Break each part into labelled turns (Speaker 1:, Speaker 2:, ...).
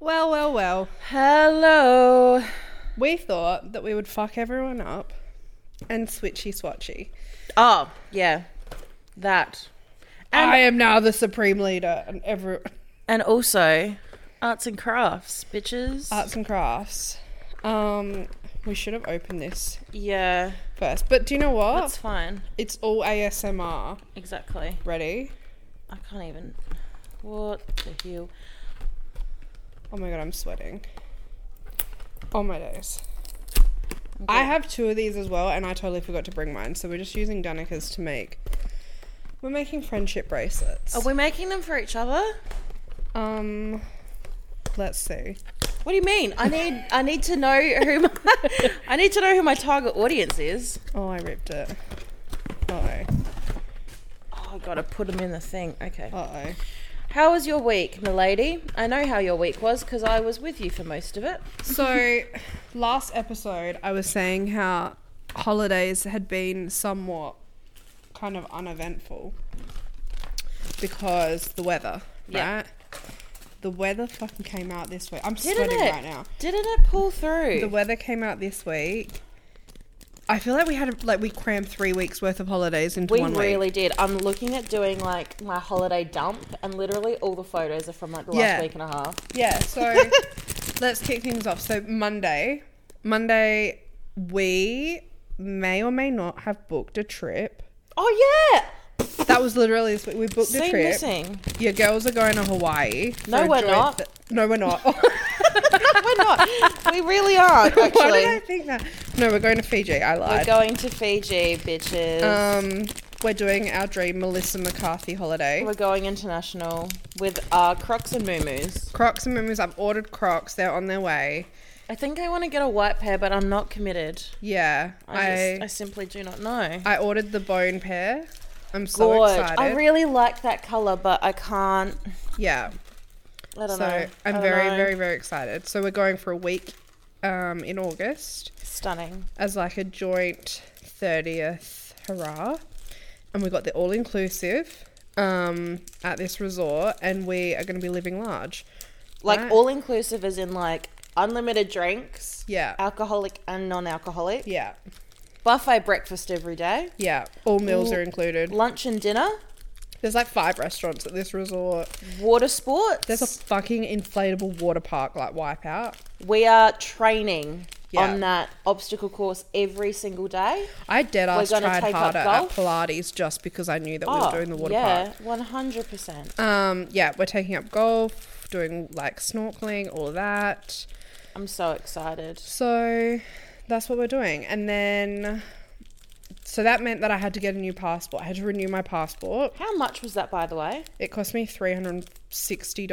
Speaker 1: Well, well, well.
Speaker 2: Hello.
Speaker 1: We thought that we would fuck everyone up and switchy swatchy.
Speaker 2: Oh, yeah. That. And-
Speaker 1: I am now the supreme leader and every
Speaker 2: And also, arts and crafts, bitches.
Speaker 1: arts and crafts. Um, we should have opened this
Speaker 2: Yeah.
Speaker 1: first, but do you know what?
Speaker 2: That's fine.
Speaker 1: it's all ASMR.
Speaker 2: Exactly.
Speaker 1: Ready?
Speaker 2: I can't even. What the hell?
Speaker 1: Oh my god, I'm sweating. Oh my days. I have two of these as well, and I totally forgot to bring mine, so we're just using Danica's to make. We're making friendship bracelets.
Speaker 2: Are we making them for each other?
Speaker 1: Um, let's see.
Speaker 2: What do you mean? I need I need to know who my, I need to know who my target audience is.
Speaker 1: Oh, I ripped it. Uh
Speaker 2: Oh, I gotta put them in the thing. Okay.
Speaker 1: oh. Uh oh.
Speaker 2: How was your week, milady? I know how your week was because I was with you for most of it.
Speaker 1: So, last episode, I was saying how holidays had been somewhat kind of uneventful because the weather,
Speaker 2: Yeah.
Speaker 1: right? The weather fucking came out this week. I'm
Speaker 2: Didn't
Speaker 1: sweating
Speaker 2: it?
Speaker 1: right now.
Speaker 2: Didn't it pull through?
Speaker 1: The weather came out this week. I feel like we had like we crammed three weeks worth of holidays into
Speaker 2: we
Speaker 1: one
Speaker 2: really
Speaker 1: week.
Speaker 2: did. I'm looking at doing like my holiday dump, and literally all the photos are from like the
Speaker 1: Yeah.
Speaker 2: last week and a half.
Speaker 1: Yeah. So let's kick things off. So Monday, Monday, we may or may not have booked a trip.
Speaker 2: Oh yeah,
Speaker 1: That was literally this week. We booked a
Speaker 2: Seen
Speaker 1: trip.
Speaker 2: missing.
Speaker 1: Your girls are going to Hawaii. for
Speaker 2: No,
Speaker 1: a
Speaker 2: we're
Speaker 1: joy
Speaker 2: not.
Speaker 1: th- no, we're not.
Speaker 2: We're not. we really aren't. Actually,
Speaker 1: Why did I think that? No, we're going to Fiji. I
Speaker 2: we're
Speaker 1: lied.
Speaker 2: going to Fiji, bitches.
Speaker 1: um, we're doing our dream Melissa McCarthy holiday.
Speaker 2: we're going international with uh, Crocs and Moomoos.
Speaker 1: Crocs and Moomoo's. I've ordered Crocs. They're on their way.
Speaker 2: I think I want to get a white pair, but I'm not committed.
Speaker 1: Yeah,
Speaker 2: I, just, I
Speaker 1: I
Speaker 2: simply do not know.
Speaker 1: I ordered the bone pair. I'm so
Speaker 2: Gorge.
Speaker 1: excited.
Speaker 2: I really like that color, but I can't.
Speaker 1: yeah.
Speaker 2: I don't
Speaker 1: So
Speaker 2: know. I
Speaker 1: I'm
Speaker 2: don't
Speaker 1: very,
Speaker 2: know.
Speaker 1: very, very excited. So we're going for a week um, in August.
Speaker 2: stunning.
Speaker 1: as like a joint 30th hurrah and we got the all inclusive um at this resort and we are going to be living large
Speaker 2: Like
Speaker 1: Right.
Speaker 2: all inclusive, as in like unlimited drinks,
Speaker 1: yeah
Speaker 2: alcoholic and non-alcoholic.
Speaker 1: yeah
Speaker 2: Buffet breakfast every day,
Speaker 1: yeah all meals
Speaker 2: Ooh.
Speaker 1: are included
Speaker 2: lunch and dinner,
Speaker 1: there's like five restaurants at this resort
Speaker 2: water sports.
Speaker 1: there's a fucking inflatable water park like wipeout
Speaker 2: we are training
Speaker 1: Yeah.
Speaker 2: on that obstacle course every single day.
Speaker 1: i dead ass
Speaker 2: gonna
Speaker 1: tried
Speaker 2: take up
Speaker 1: harder at
Speaker 2: golf? Oh,
Speaker 1: pilates just because i knew that we were doing the water park
Speaker 2: yeah, one hundred percent.
Speaker 1: um yeah we're taking up golf doing like snorkeling all of that
Speaker 2: I'm so excited.
Speaker 1: So that's what we're doing. And then, so that meant that I had to get a new passport. I had to renew my passport.
Speaker 2: How much was that, by the way?
Speaker 1: It cost me $360.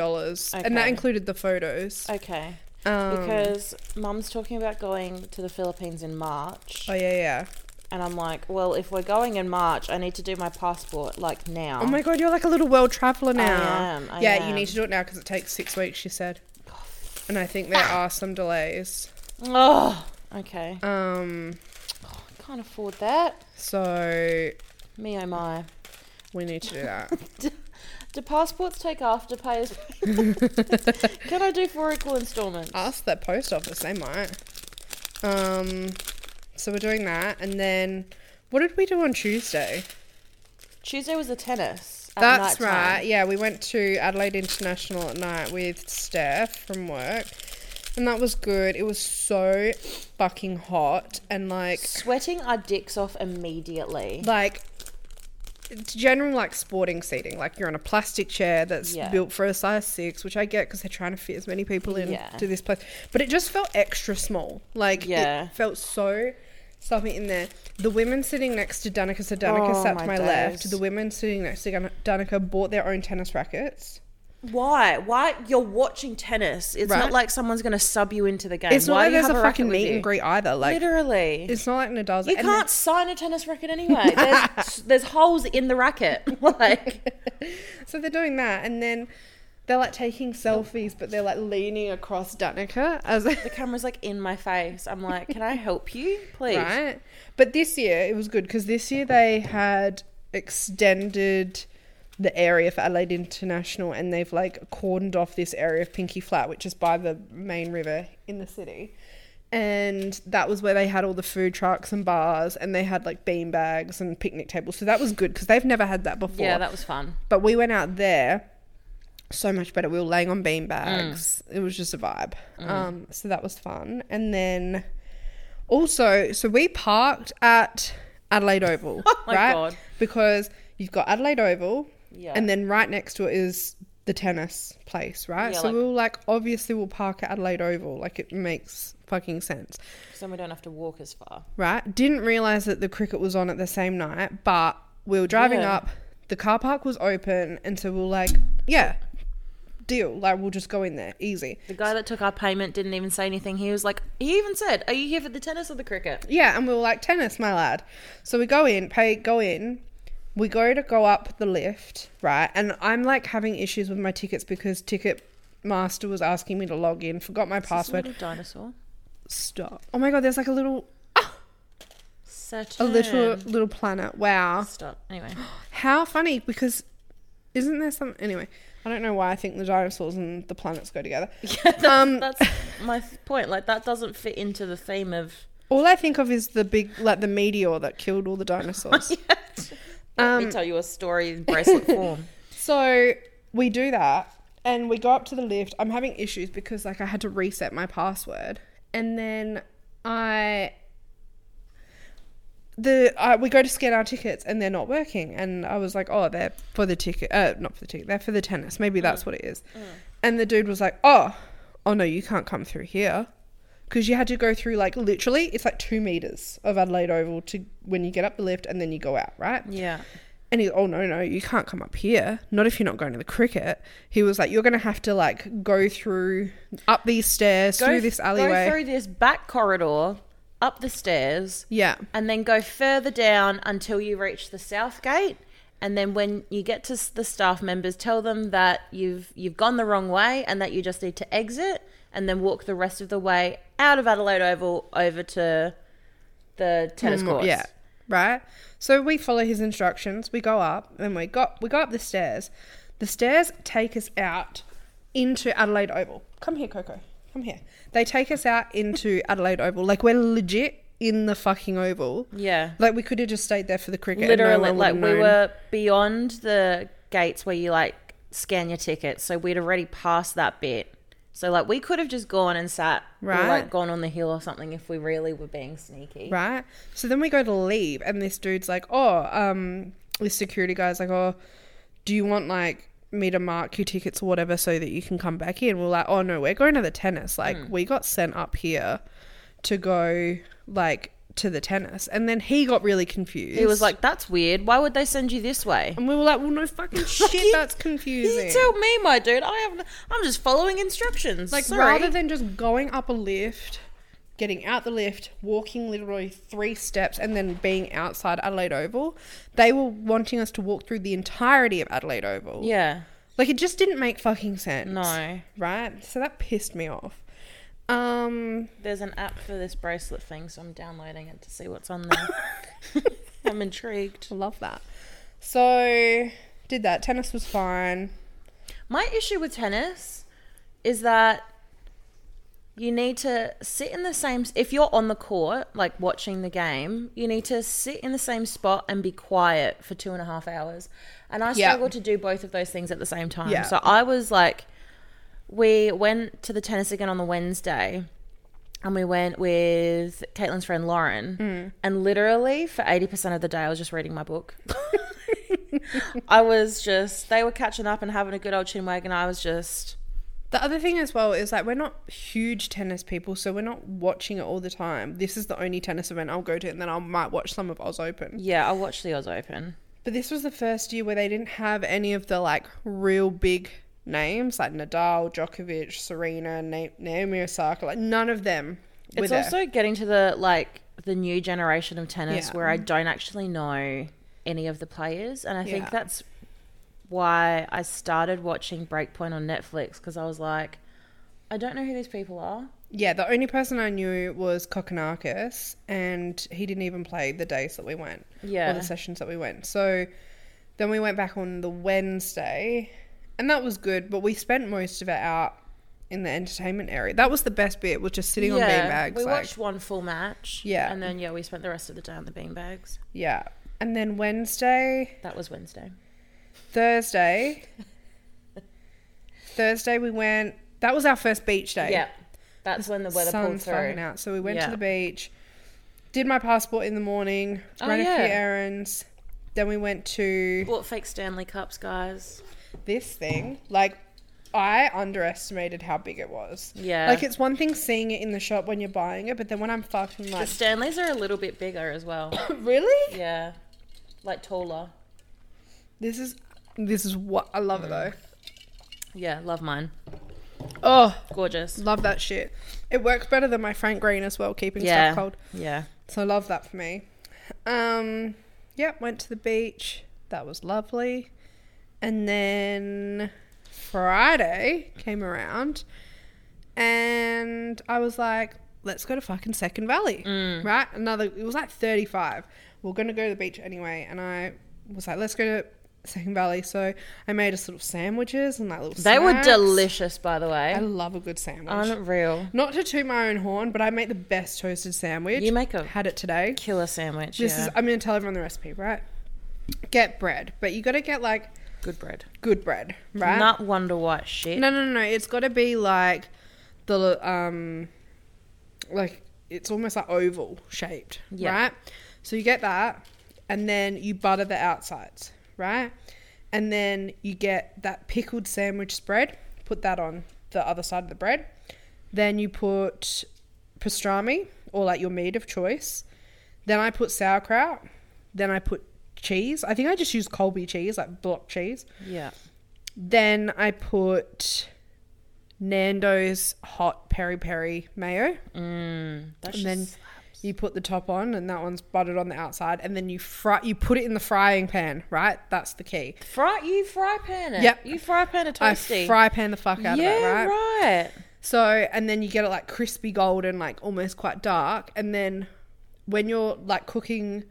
Speaker 1: And that
Speaker 2: Okay.
Speaker 1: included the photos.
Speaker 2: Okay,
Speaker 1: Um,
Speaker 2: because Mum's talking about going to the Philippines in March,
Speaker 1: oh, yeah, yeah.
Speaker 2: and I'm like, well, if we're going in March, I need to do my passport like now.
Speaker 1: Oh my God, you're like a little world traveler now.
Speaker 2: am, I
Speaker 1: yeah, you need
Speaker 2: am.
Speaker 1: to do it now because it takes six weeks, she said. And I think there are some delays.
Speaker 2: Oh, okay.
Speaker 1: Um,
Speaker 2: I can't afford that.
Speaker 1: so
Speaker 2: Me oh my.
Speaker 1: we need to do that.
Speaker 2: Do passports take afterpay? as- Can I do four equal installments?
Speaker 1: ask the post office they might um so we're doing that and then what did we do on tuesday
Speaker 2: Tuesday was the tennis. at
Speaker 1: that's
Speaker 2: nighttime.
Speaker 1: right yeah we went to adelaide international at night with steph from work and that was good it was so fucking hot and like
Speaker 2: Sweating our dicks off immediately.
Speaker 1: like it's general like sporting seating like you're on a plastic chair that's
Speaker 2: Yeah.
Speaker 1: built for a size six which i get because they're trying to fit as many people in
Speaker 2: Yeah.
Speaker 1: to this place but it just felt extra small like
Speaker 2: Yeah.
Speaker 1: it felt so stuffy in there the women sitting next to danica so danica
Speaker 2: Oh,
Speaker 1: sat to
Speaker 2: my
Speaker 1: my left
Speaker 2: days.
Speaker 1: the women sitting next to Gan- danica bought their own tennis rackets
Speaker 2: Why? Why you're watching tennis? It's
Speaker 1: Right.
Speaker 2: not like someone's going to sub you into the game.
Speaker 1: it's not
Speaker 2: Why
Speaker 1: like
Speaker 2: do you
Speaker 1: there's
Speaker 2: have
Speaker 1: a
Speaker 2: racket
Speaker 1: fucking
Speaker 2: with
Speaker 1: meet
Speaker 2: you?
Speaker 1: and greet either like
Speaker 2: Literally,
Speaker 1: it's not like nadal's
Speaker 2: you
Speaker 1: and
Speaker 2: can't sign a tennis racket anyway. There's, there's holes in the racket. Like,
Speaker 1: So they're doing that, and then they're like taking selfies, but they're like leaning across Danica as
Speaker 2: the camera's like in my face. I'm like, can I help you, please?
Speaker 1: right. But this year it was good because this year they had extended the area for Adelaide International, and they've like cordoned off this area of Pinky Flat, which is by the main river in the city. And that was where they had all the food trucks and bars, and they had like bean bags and picnic tables. So that was good because they've never had that before.
Speaker 2: Yeah, that was fun.
Speaker 1: But we went out there, so much better. We were laying on bean
Speaker 2: Mm.
Speaker 1: bags. It was just a vibe. Um, so that was fun. And then also, so we parked at Adelaide Oval,
Speaker 2: Oh my
Speaker 1: right?
Speaker 2: God.
Speaker 1: Because you've got Adelaide Oval,
Speaker 2: Yeah.
Speaker 1: and then right next to it is the tennis place, right?
Speaker 2: Yeah,
Speaker 1: so
Speaker 2: like-
Speaker 1: we were like, obviously, we'll park at Adelaide Oval. Like, it makes fucking sense
Speaker 2: So then we don't have to walk as far.
Speaker 1: right? Didn't realize that the cricket was on at the same night, but we were driving
Speaker 2: Yeah.
Speaker 1: up, the car park was open, and so we were like, yeah, deal. Like, we'll just go in there, easy.
Speaker 2: The guy that took our payment didn't even say anything. He was like, he even said, "Are you here for the tennis or the cricket?"
Speaker 1: Yeah, and we were like, tennis, my lad. So we go in, pay, go in. We go to go up the lift, right? And I'm like having issues with my tickets because Ticketmaster was asking me to log in, forgot my
Speaker 2: Password.
Speaker 1: password.
Speaker 2: dinosaur.
Speaker 1: Stop. Oh my god, there's like a little, a
Speaker 2: Saturn.
Speaker 1: little, little planet. Wow.
Speaker 2: Stop. Anyway,
Speaker 1: How funny because isn't there some anyway? I don't know why I think the dinosaurs and the planets go together. um,
Speaker 2: that's my th- point. Like that doesn't fit into the theme of.
Speaker 1: all I think of is the big like the meteor that killed all the dinosaurs.
Speaker 2: Let
Speaker 1: Um,
Speaker 2: me tell you a story in bracelet form.
Speaker 1: So we do that and we go up to the lift. I'm having issues because like I had to reset my password and then I the I, we go to scan our tickets and they're not working and I was like, "Oh, they're for the ticket uh not for the ticket. They're for the tennis. Maybe that's what it is." And the dude was like, "Oh, oh no, you can't come through here." Because you had to go through like literally, it's like two meters of Adelaide Oval to when you get up the lift and then you go out, right?
Speaker 2: Yeah.
Speaker 1: And he's, oh no, no, you can't come up here. Not if you're not going to the cricket. He was like, you're going to have to like go through, up these stairs, through this alleyway.
Speaker 2: Go through this back corridor, up the stairs,
Speaker 1: yeah.
Speaker 2: and then go further down until you reach the south gate. And then when you get to s- the staff members, tell them that you've you've gone the wrong way and that you just need to exit and then walk the rest of the way out of Adelaide Oval over to the tennis courts.
Speaker 1: Mm, Yeah. Right. So we follow his instructions. We go up and we got, we go up the stairs. The stairs take us out into Adelaide Oval. Come here, Coco. Come here. They take us out into Adelaide Oval. Like we're legit in the fucking oval.
Speaker 2: Yeah.
Speaker 1: Like we could have just stayed there for the cricket. and no
Speaker 2: Literally,
Speaker 1: one would
Speaker 2: like
Speaker 1: have
Speaker 2: we
Speaker 1: known.
Speaker 2: were beyond the gates where you like scan your ticket, so we'd already passed that bit. So like we could have just gone and sat, or,
Speaker 1: Right.
Speaker 2: like gone on the hill or something if we really were being sneaky.
Speaker 1: right? So then we go to leave, and this dude's like, "Oh, um, this security guy's like, oh, do you want like me to mark your tickets or whatever so that you can come back in?" We're like, "Oh no, we're going to the tennis. Like,
Speaker 2: Hmm.
Speaker 1: we got sent up here to go like to the tennis," and then he got really confused.
Speaker 2: He was like, "That's weird. Why would they send you this way?"
Speaker 1: and we were like, "Well, no fucking shit,
Speaker 2: you-
Speaker 1: that's
Speaker 2: You
Speaker 1: confusing."
Speaker 2: tell me, my dude. I have. I'm just following instructions.
Speaker 1: Like
Speaker 2: Sorry.
Speaker 1: rather than just going up a lift, getting out the lift, walking literally three steps, and then being outside Adelaide Oval, they were wanting us to walk through the entirety of Adelaide Oval.
Speaker 2: yeah.
Speaker 1: Like it just didn't make fucking sense.
Speaker 2: No.
Speaker 1: Right? So that pissed me off. Um
Speaker 2: There's an app for this bracelet thing, so I'm downloading it to see what's on there. I'm intrigued.
Speaker 1: I love that. So did that. Tennis was fine.
Speaker 2: My issue with tennis is that you need to sit in the same if you're on the court like watching the game you need to sit in the same spot and be quiet for two and a half hours and i
Speaker 1: Yeah.
Speaker 2: struggle to do both of those things at the same time
Speaker 1: Yeah.
Speaker 2: so i was like we went to the tennis again on the wednesday and we went with caitlin's friend lauren and literally for 80% of the day i was just reading my book i was just they were catching up and having a good old chinwag and i was just
Speaker 1: The other thing as well is like we're not huge tennis people, so we're not watching it all the time. This is the only tennis event I'll go to, and then I might watch some of Oz Open.
Speaker 2: yeah i'll watch the oz open
Speaker 1: But this was the first year where they didn't have any of the like real big names like Nadal, Djokovic, Serena, Na- Naomi Osaka, like none of them. Were
Speaker 2: It's
Speaker 1: there.
Speaker 2: also getting to the like the new generation of tennis
Speaker 1: Yeah. Mm.
Speaker 2: where I don't actually know any of the players, and I
Speaker 1: Yeah.
Speaker 2: think that's why I started watching Breakpoint on Netflix because I was like, I don't know who these people are.
Speaker 1: yeah, the only person I knew was Kokonakis, and he didn't even play the days that we went or
Speaker 2: Yeah.
Speaker 1: the sessions that we went. So Then we went back on the Wednesday, and that was good, but we spent most of it out in the entertainment area. That was the best bit, was just sitting on beanbags.
Speaker 2: we
Speaker 1: like,
Speaker 2: watched one full match.
Speaker 1: Yeah.
Speaker 2: and then yeah, we spent the rest of the day on the beanbags.
Speaker 1: Yeah. And then Wednesday,
Speaker 2: That was Wednesday.
Speaker 1: Thursday, Thursday we went. That was our first beach day.
Speaker 2: Yeah, that's when the weather pulled
Speaker 1: sun's
Speaker 2: through.
Speaker 1: fucking out. So we went
Speaker 2: Yeah.
Speaker 1: to the beach, did my passport in the morning,
Speaker 2: Oh,
Speaker 1: ran a
Speaker 2: yeah.
Speaker 1: few errands. Then we went to
Speaker 2: Bought fake Stanley cups, guys.
Speaker 1: this thing. Like, I underestimated how big it was.
Speaker 2: Yeah.
Speaker 1: Like, it's one thing seeing it in the shop when you're buying it, but then when I'm fucking
Speaker 2: The
Speaker 1: like,
Speaker 2: Stanleys are a little bit bigger as well.
Speaker 1: really?
Speaker 2: yeah, like taller.
Speaker 1: This is this is what I love it though.
Speaker 2: Yeah, love mine.
Speaker 1: Oh,
Speaker 2: Gorgeous.
Speaker 1: love that shit. It works better than my Frank Green as well, keeping
Speaker 2: Yeah.
Speaker 1: stuff cold.
Speaker 2: Yeah.
Speaker 1: So love that for me. Um, yep, went to the beach. That was lovely. And then Friday came around and I was like, let's go to fucking Second Valley.
Speaker 2: Mm.
Speaker 1: Right? Another it was like 35. We are gonna go to the beach anyway, and I was like, let's go to Second Valley. So I made us little sandwiches and like little
Speaker 2: They were
Speaker 1: snacks.
Speaker 2: delicious, by the
Speaker 1: I
Speaker 2: way.
Speaker 1: love a good sandwich.
Speaker 2: Unreal.
Speaker 1: Not to toot my own horn, but I make the best toasted sandwich.
Speaker 2: You make a-
Speaker 1: had it today.
Speaker 2: Killer sandwich.
Speaker 1: This
Speaker 2: yeah.
Speaker 1: is I'm gonna tell everyone the recipe, right? Get bread, but you gotta get like
Speaker 2: good bread.
Speaker 1: good bread, right?
Speaker 2: Not Wonder White shit.
Speaker 1: No, no, no, no. It's gotta be like the um, like it's almost like oval shaped,
Speaker 2: Yeah.
Speaker 1: right? So you get that, and then you butter the outsides, right? And then you get that pickled sandwich spread. Put that on the other side of the bread. Then you put pastrami or like your meat of choice. Then I put sauerkraut. Then I put cheese. I think I just use Colby cheese, like block cheese.
Speaker 2: Yeah.
Speaker 1: Then I put Nando's hot peri peri mayo,
Speaker 2: Mm. That's
Speaker 1: and then
Speaker 2: just-
Speaker 1: you put the top on, and that one's buttered on the outside, and then you fry. You put it in the frying pan, right? That's the key.
Speaker 2: fry you fry pan it.
Speaker 1: Yep.
Speaker 2: You fry pan it
Speaker 1: I
Speaker 2: toasty.
Speaker 1: fry pan the fuck out
Speaker 2: yeah,
Speaker 1: of it, right?
Speaker 2: right.
Speaker 1: So, and then you get it like crispy golden, like almost quite dark, and then when you're like cooking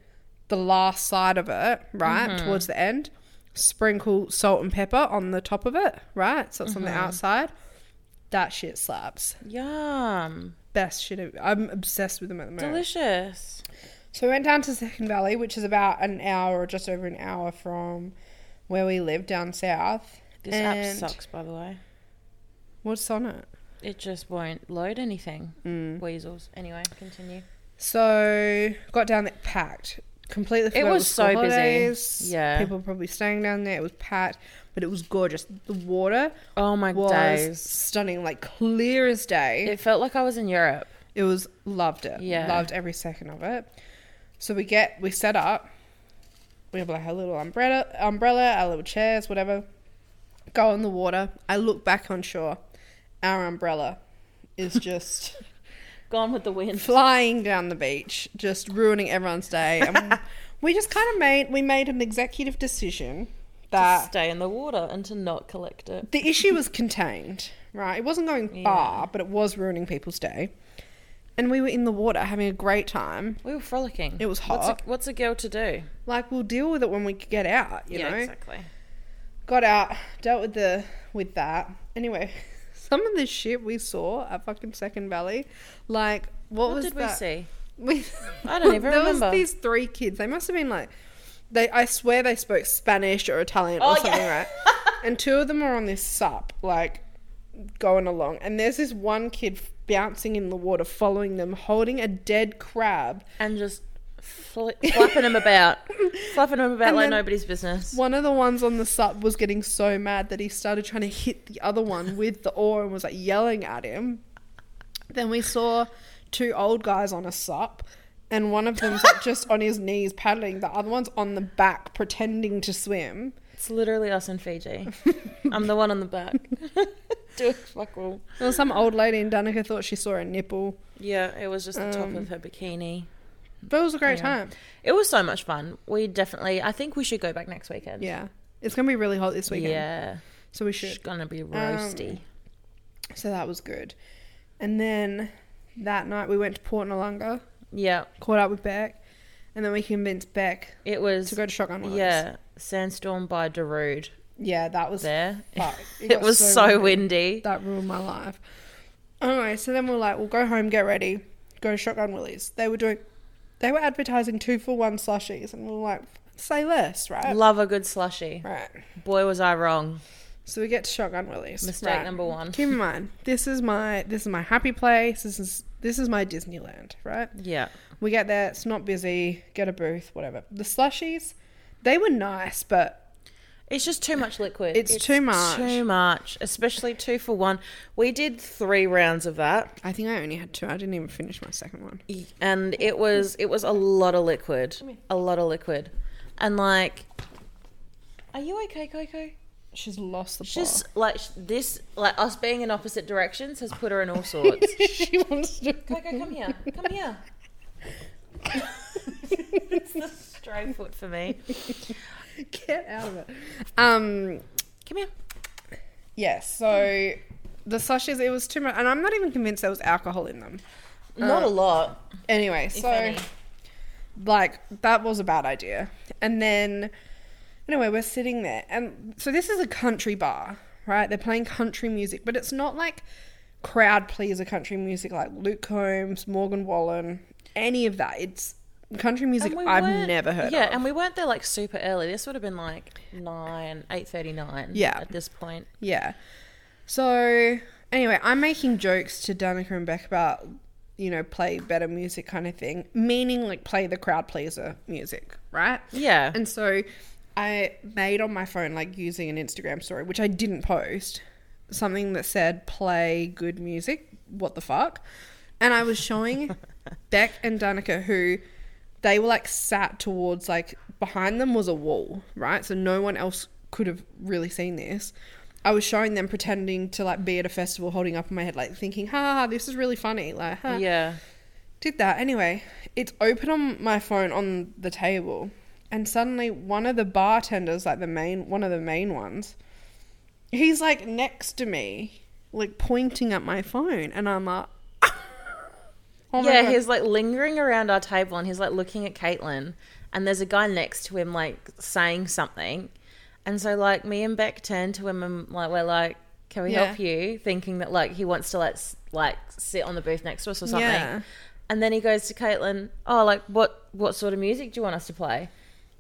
Speaker 1: the last side of it, right towards the end, sprinkle salt and pepper on the top of it, right? So it's on the outside. That shit slaps.
Speaker 2: Yum.
Speaker 1: best shit. ever. I'm obsessed with them at the moment.
Speaker 2: Delicious.
Speaker 1: so we went down to Second Valley, which is about an hour or just over an hour from where we live down south.
Speaker 2: This app
Speaker 1: And-
Speaker 2: sucks, by the way.
Speaker 1: What's on it?
Speaker 2: It just won't load anything.
Speaker 1: Mm.
Speaker 2: Weasels. Anyway, continue.
Speaker 1: So got down there packed. Completely forgot
Speaker 2: was
Speaker 1: school
Speaker 2: so busy.
Speaker 1: holidays.
Speaker 2: Yeah.
Speaker 1: People were probably staying down there. It was packed, but it was gorgeous. The water
Speaker 2: Oh my
Speaker 1: was
Speaker 2: days.
Speaker 1: stunning, like clear as day.
Speaker 2: It felt like I was in Europe.
Speaker 1: It was loved it.
Speaker 2: Yeah.
Speaker 1: Loved every second of it. So we get we set up. We have like our little umbrella umbrella, our little chairs, whatever. Go in the water. I look back on shore. Our umbrella is just
Speaker 2: Gone with the wind.
Speaker 1: flying down the beach, just ruining everyone's day. And we just kind of made we made an executive decision that
Speaker 2: to stay in the water and to not collect it.
Speaker 1: the issue was contained, right? It wasn't going far, but it was ruining people's day. And we were in the water having a great time.
Speaker 2: We were frolicking.
Speaker 1: It was
Speaker 2: What's
Speaker 1: hot.
Speaker 2: a, what's a girl to do?
Speaker 1: like we'll deal with it when we get out you
Speaker 2: yeah,
Speaker 1: know
Speaker 2: exactly.
Speaker 1: got out dealt with the with that anyway some of the shit we saw at fucking second valley like what,
Speaker 2: What,
Speaker 1: was
Speaker 2: did we
Speaker 1: that?
Speaker 2: see?
Speaker 1: we see
Speaker 2: I don't even
Speaker 1: there
Speaker 2: remember.
Speaker 1: was these three kids they must have been like they i swear they spoke spanish or italian or
Speaker 2: Oh, yeah.
Speaker 1: something right and two of them were on this sup like going along and there's this one kid f- bouncing in the water following them holding a dead crab
Speaker 2: And just fl- flapping them about, flapping them about
Speaker 1: And
Speaker 2: like
Speaker 1: then-
Speaker 2: nobody's business.
Speaker 1: One of the ones on the sub was getting so mad that he started trying to hit the other one with the oar and was like yelling at him. Then we saw two old guys on a sup, and one of them's like just on his knees paddling, the other one's on the back pretending to swim.
Speaker 2: It's literally us in Fiji. I'm the one on the back. Doing fuck all.
Speaker 1: There was some old lady in Dunica thought she saw a nipple,
Speaker 2: Yeah, it was just the top of her bikini.
Speaker 1: but it was a great
Speaker 2: Yeah.
Speaker 1: time.
Speaker 2: It was so much fun. We definitely. I think we should go back next weekend.
Speaker 1: Yeah, it's gonna be really hot this weekend,
Speaker 2: Yeah.
Speaker 1: so we
Speaker 2: It's
Speaker 1: should.
Speaker 2: gonna be roasty.
Speaker 1: So that was good. And then that night we went to Port Nalunga.
Speaker 2: yeah.
Speaker 1: caught up with Beck, And then we convinced Beck
Speaker 2: It was
Speaker 1: to go to Shotgun Willows.
Speaker 2: yeah, Sandstorm by Darude.
Speaker 1: Yeah, that was
Speaker 2: There,
Speaker 1: fuck.
Speaker 2: it,
Speaker 1: got
Speaker 2: was so,
Speaker 1: windy.
Speaker 2: windy.
Speaker 1: That ruined my life. Anyway, so then we're like, we'll go home, get ready, go to Shotgun Willies. They were doing, they were advertising two for one slushies, and we are like, say less, right?
Speaker 2: Love a good slushy.
Speaker 1: right.
Speaker 2: Boy, was I wrong.
Speaker 1: So we get to Shotgun Willies.
Speaker 2: Mistake
Speaker 1: right.
Speaker 2: number one.
Speaker 1: Keep in mind, this is my this is my happy place. This is this is my Disneyland, right?
Speaker 2: Yeah,
Speaker 1: We get there, it's not busy. Get a booth, whatever. The slushies, they were nice, but
Speaker 2: it's just too much liquid.
Speaker 1: It's too much.
Speaker 2: Too much, especially two for one. We did three rounds of that,
Speaker 1: I think I only had two. I didn't even finish my second one.
Speaker 2: and it was it was a lot of liquid, a lot of liquid, and like, are you okay, Coco?
Speaker 1: She's lost the plot.
Speaker 2: She's like sh- this, like us being in opposite directions has put her in all sorts.
Speaker 1: she wants to.
Speaker 2: Coco, come here. Come here. it's the stray foot for me.
Speaker 1: Get out of it. Um,
Speaker 2: Come here.
Speaker 1: yes. So the slushies, it was too much, and I'm not even convinced there was alcohol in them.
Speaker 2: Not a lot.
Speaker 1: Anyway,
Speaker 2: Um, If
Speaker 1: so
Speaker 2: any.
Speaker 1: like that was a bad idea. And then anyway, we're sitting there, and so this is a country bar, right? They're playing country music, but it's not like crowd pleaser country music like Luke Combs, Morgan Wallen, any of that. It's country music
Speaker 2: And we
Speaker 1: I've
Speaker 2: weren't-
Speaker 1: never heard
Speaker 2: Yeah,
Speaker 1: of.
Speaker 2: and we weren't there like super early. This would have been like nine, eight thirty nine.
Speaker 1: Yeah.
Speaker 2: At this point.
Speaker 1: Yeah. So anyway, I'm making jokes to Danica and Beck about you know play better music kind of thing, meaning like play the crowd pleaser music, right?
Speaker 2: Yeah.
Speaker 1: And so I made on my phone like using an Instagram story, which I didn't post, something that said play good music. What the fuck? And I was showing Beck and Danica who they were like sat towards like behind them was a wall, right? So no one else could have really seen this. I was showing them pretending to like be at a festival, holding up in my head, like thinking, "Ha, "Ha, ha, this is really funny." Like, ha
Speaker 2: yeah.
Speaker 1: did that anyway. It's open on my phone on the table, and suddenly one of the bartenders, like the main one of the main ones, he's like next to me, like pointing at my phone, and I'm like, oh my
Speaker 2: yeah,
Speaker 1: God.
Speaker 2: he's like lingering around our table and he's like looking at Caitlin and there's a guy next to him like saying something. And so like me and Beck turn to him and like we're like, Can we
Speaker 1: Yeah.
Speaker 2: help you? Thinking that like he wants to like s- like sit on the booth next to us or something.
Speaker 1: Yeah.
Speaker 2: And then he goes to Caitlin, Oh, like what what sort of music do you want us to play?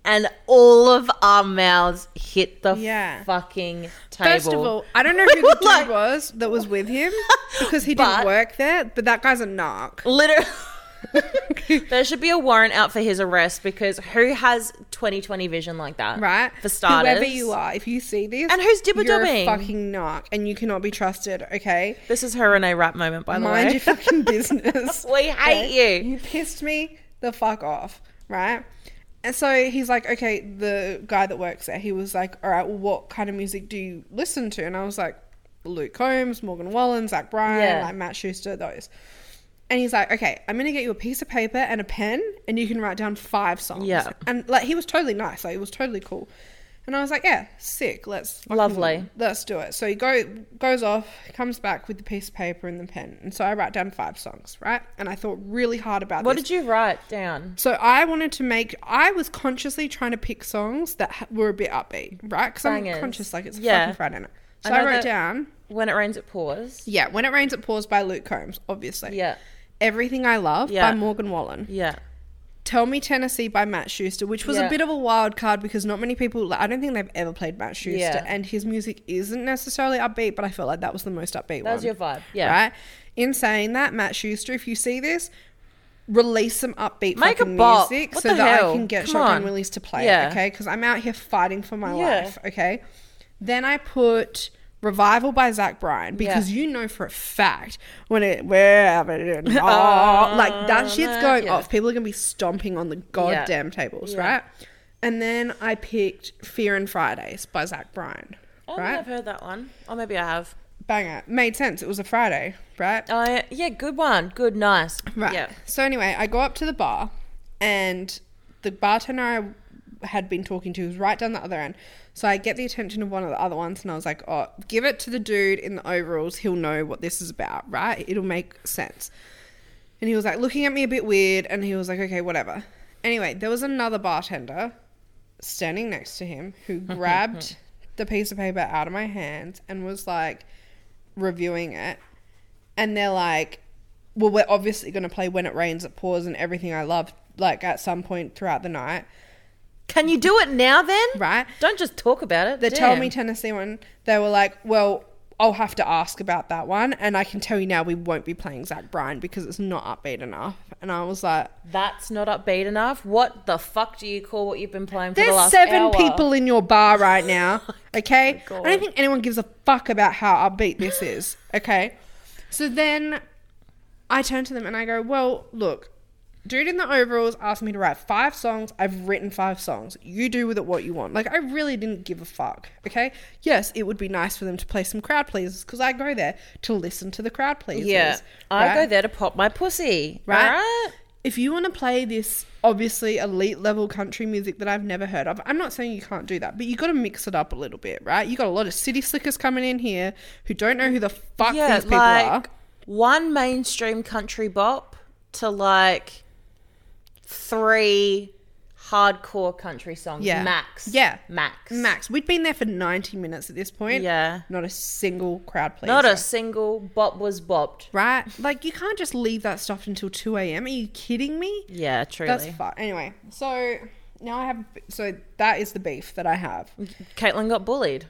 Speaker 2: And all of our mouths hit the
Speaker 1: Yeah.
Speaker 2: fucking table.
Speaker 1: First of all, I don't know who the dude
Speaker 2: Like-
Speaker 1: was that was with him because he
Speaker 2: But-
Speaker 1: didn't work there, but that guy's a narc.
Speaker 2: Literally. there should be a warrant out for his arrest because who has 2020 vision like that?
Speaker 1: Right?
Speaker 2: For starters.
Speaker 1: Whoever you are, if you see this.
Speaker 2: And who's
Speaker 1: You're a
Speaker 2: dibba-dabbing?
Speaker 1: fucking narc and you cannot be trusted, okay?
Speaker 2: This is her Renee Rapp moment, by the
Speaker 1: Mind
Speaker 2: way.
Speaker 1: your fucking business.
Speaker 2: we hate you.
Speaker 1: You pissed me the fuck off, right? And so he's like, okay, the guy that works there, he was like, all right, well, what kind of music do you listen to? And I was like, Luke Combs, Morgan Wallen, Zach Bryan,
Speaker 2: Yeah.
Speaker 1: like Matt Schuster, those. And he's like, okay, I'm gonna get you a piece of paper and a pen, and you can write down five songs.
Speaker 2: Yeah.
Speaker 1: And like, he was totally nice. Like, it was totally cool. And I was like, yeah, sick. Let's fucking-
Speaker 2: Lovely.
Speaker 1: Let's do it. So he go goes off, comes back with the piece of paper and the pen. And so I write down five songs, right? And I thought really hard about
Speaker 2: What
Speaker 1: this.
Speaker 2: did you write down?
Speaker 1: so I wanted to make. I was consciously trying to pick songs that ha- were a bit upbeat, right? Because I'm
Speaker 2: Bangers.
Speaker 1: conscious, like it's a
Speaker 2: Yeah.
Speaker 1: fucking Friday night.
Speaker 2: I
Speaker 1: So I,
Speaker 2: know
Speaker 1: wrote
Speaker 2: that-
Speaker 1: down,
Speaker 2: When it rains, it pours.
Speaker 1: yeah, "When It Rains, It Pours" by Luke Combs, obviously.
Speaker 2: Yeah.
Speaker 1: "Everything I Love"
Speaker 2: Yeah.
Speaker 1: by Morgan Wallen.
Speaker 2: Yeah.
Speaker 1: Tell Me Tennessee by Matt Schuster, which was
Speaker 2: Yeah.
Speaker 1: a bit of a wild card because not many people, like, I don't think they've ever played Matt Schuster,
Speaker 2: Yeah.
Speaker 1: and his music isn't necessarily upbeat, but I felt like that was the most upbeat
Speaker 2: That
Speaker 1: one.
Speaker 2: was your vibe. Yeah.
Speaker 1: Right? In saying that, Matt Schuster, if you see this, release some upbeat
Speaker 2: Make a
Speaker 1: fucking
Speaker 2: bop.
Speaker 1: music
Speaker 2: What
Speaker 1: so
Speaker 2: the
Speaker 1: that
Speaker 2: hell?
Speaker 1: I can get
Speaker 2: Come
Speaker 1: Shotgun
Speaker 2: on.
Speaker 1: Willies to play
Speaker 2: Yeah.
Speaker 1: it, okay? Because I'm out here fighting for my
Speaker 2: Yeah.
Speaker 1: life, okay? Then I put. Revival by Zach Bryan because you know for a fact when it where like that shit's going
Speaker 2: Oh, Yeah.
Speaker 1: off people are gonna be stomping on the goddamn tables,
Speaker 2: Yeah.
Speaker 1: right? And then I picked Fear and Fridays by Zach Bryan,
Speaker 2: I don't think Oh, I've
Speaker 1: right?
Speaker 2: heard that one. Or maybe I have.
Speaker 1: Banger, made sense. It was a Friday, right?
Speaker 2: I yeah, good one. Good, nice.
Speaker 1: Right.
Speaker 2: Yeah.
Speaker 1: So anyway, I go up to the bar, and the bartender I had been talking to was right down the other end. So I get the attention of one of the other ones, and I was like, "Oh, give it to the dude in the overalls. He'll know what this is about, right? It'll make sense." And he was like looking at me a bit weird, and he was like, "Okay, whatever." Anyway, there was another bartender standing next to him who grabbed the piece of paper out of my hands and was like reviewing it. And they're like, well, we're obviously going to play When It Rains, It Pours, and Everything I Love, like at some point throughout the night,
Speaker 2: Can you do it now then?
Speaker 1: right?
Speaker 2: Don't just talk about it.
Speaker 1: The Tell
Speaker 2: Damn.
Speaker 1: Me Tennessee one, they were like, well, I'll have to ask about that one. And I can tell you now we won't be playing Zach Bryan because it's not upbeat enough. And I was like,
Speaker 2: That's not upbeat enough. What the fuck do you call what you've been playing for the
Speaker 1: There's
Speaker 2: last
Speaker 1: seven
Speaker 2: hour? Oh
Speaker 1: people in your bar right now. Okay,
Speaker 2: God.
Speaker 1: I don't think anyone gives a fuck about how upbeat this is. Okay, so then I turn to them and I go, "Well, look, dude in the overalls asked me to write five songs. I've written five songs. You do with it what you want. Like I really didn't give a fuck. Okay, yes, it would be nice for them to play some crowd pleasers because I go there to listen to the crowd pleasers.
Speaker 2: Yeah. I
Speaker 1: right?
Speaker 2: go there to pop my pussy.
Speaker 1: Right?
Speaker 2: All right?
Speaker 1: if you want to play this obviously elite level country music that I've never heard of, I'm not saying you can't do that, but you got to mix it up a little bit, right? You got a lot of city slickers coming in here who don't know who the fuck
Speaker 2: yeah,
Speaker 1: these people
Speaker 2: like
Speaker 1: are.
Speaker 2: one mainstream country bop to like three hardcore country songs.
Speaker 1: Yeah.
Speaker 2: Max.
Speaker 1: Yeah.
Speaker 2: Max.
Speaker 1: Max, we'd been there for 90 minutes at this point.
Speaker 2: Yeah.
Speaker 1: Not a single crowd pleaser.
Speaker 2: Not a single bop was bopped.
Speaker 1: right? Like you can't just leave that stuff until 2 a.m. Are you kidding me?
Speaker 2: Yeah,
Speaker 1: That's
Speaker 2: truly.
Speaker 1: fun. Anyway, so now I have so that is the beef that I have.
Speaker 2: Caitlin got bullied.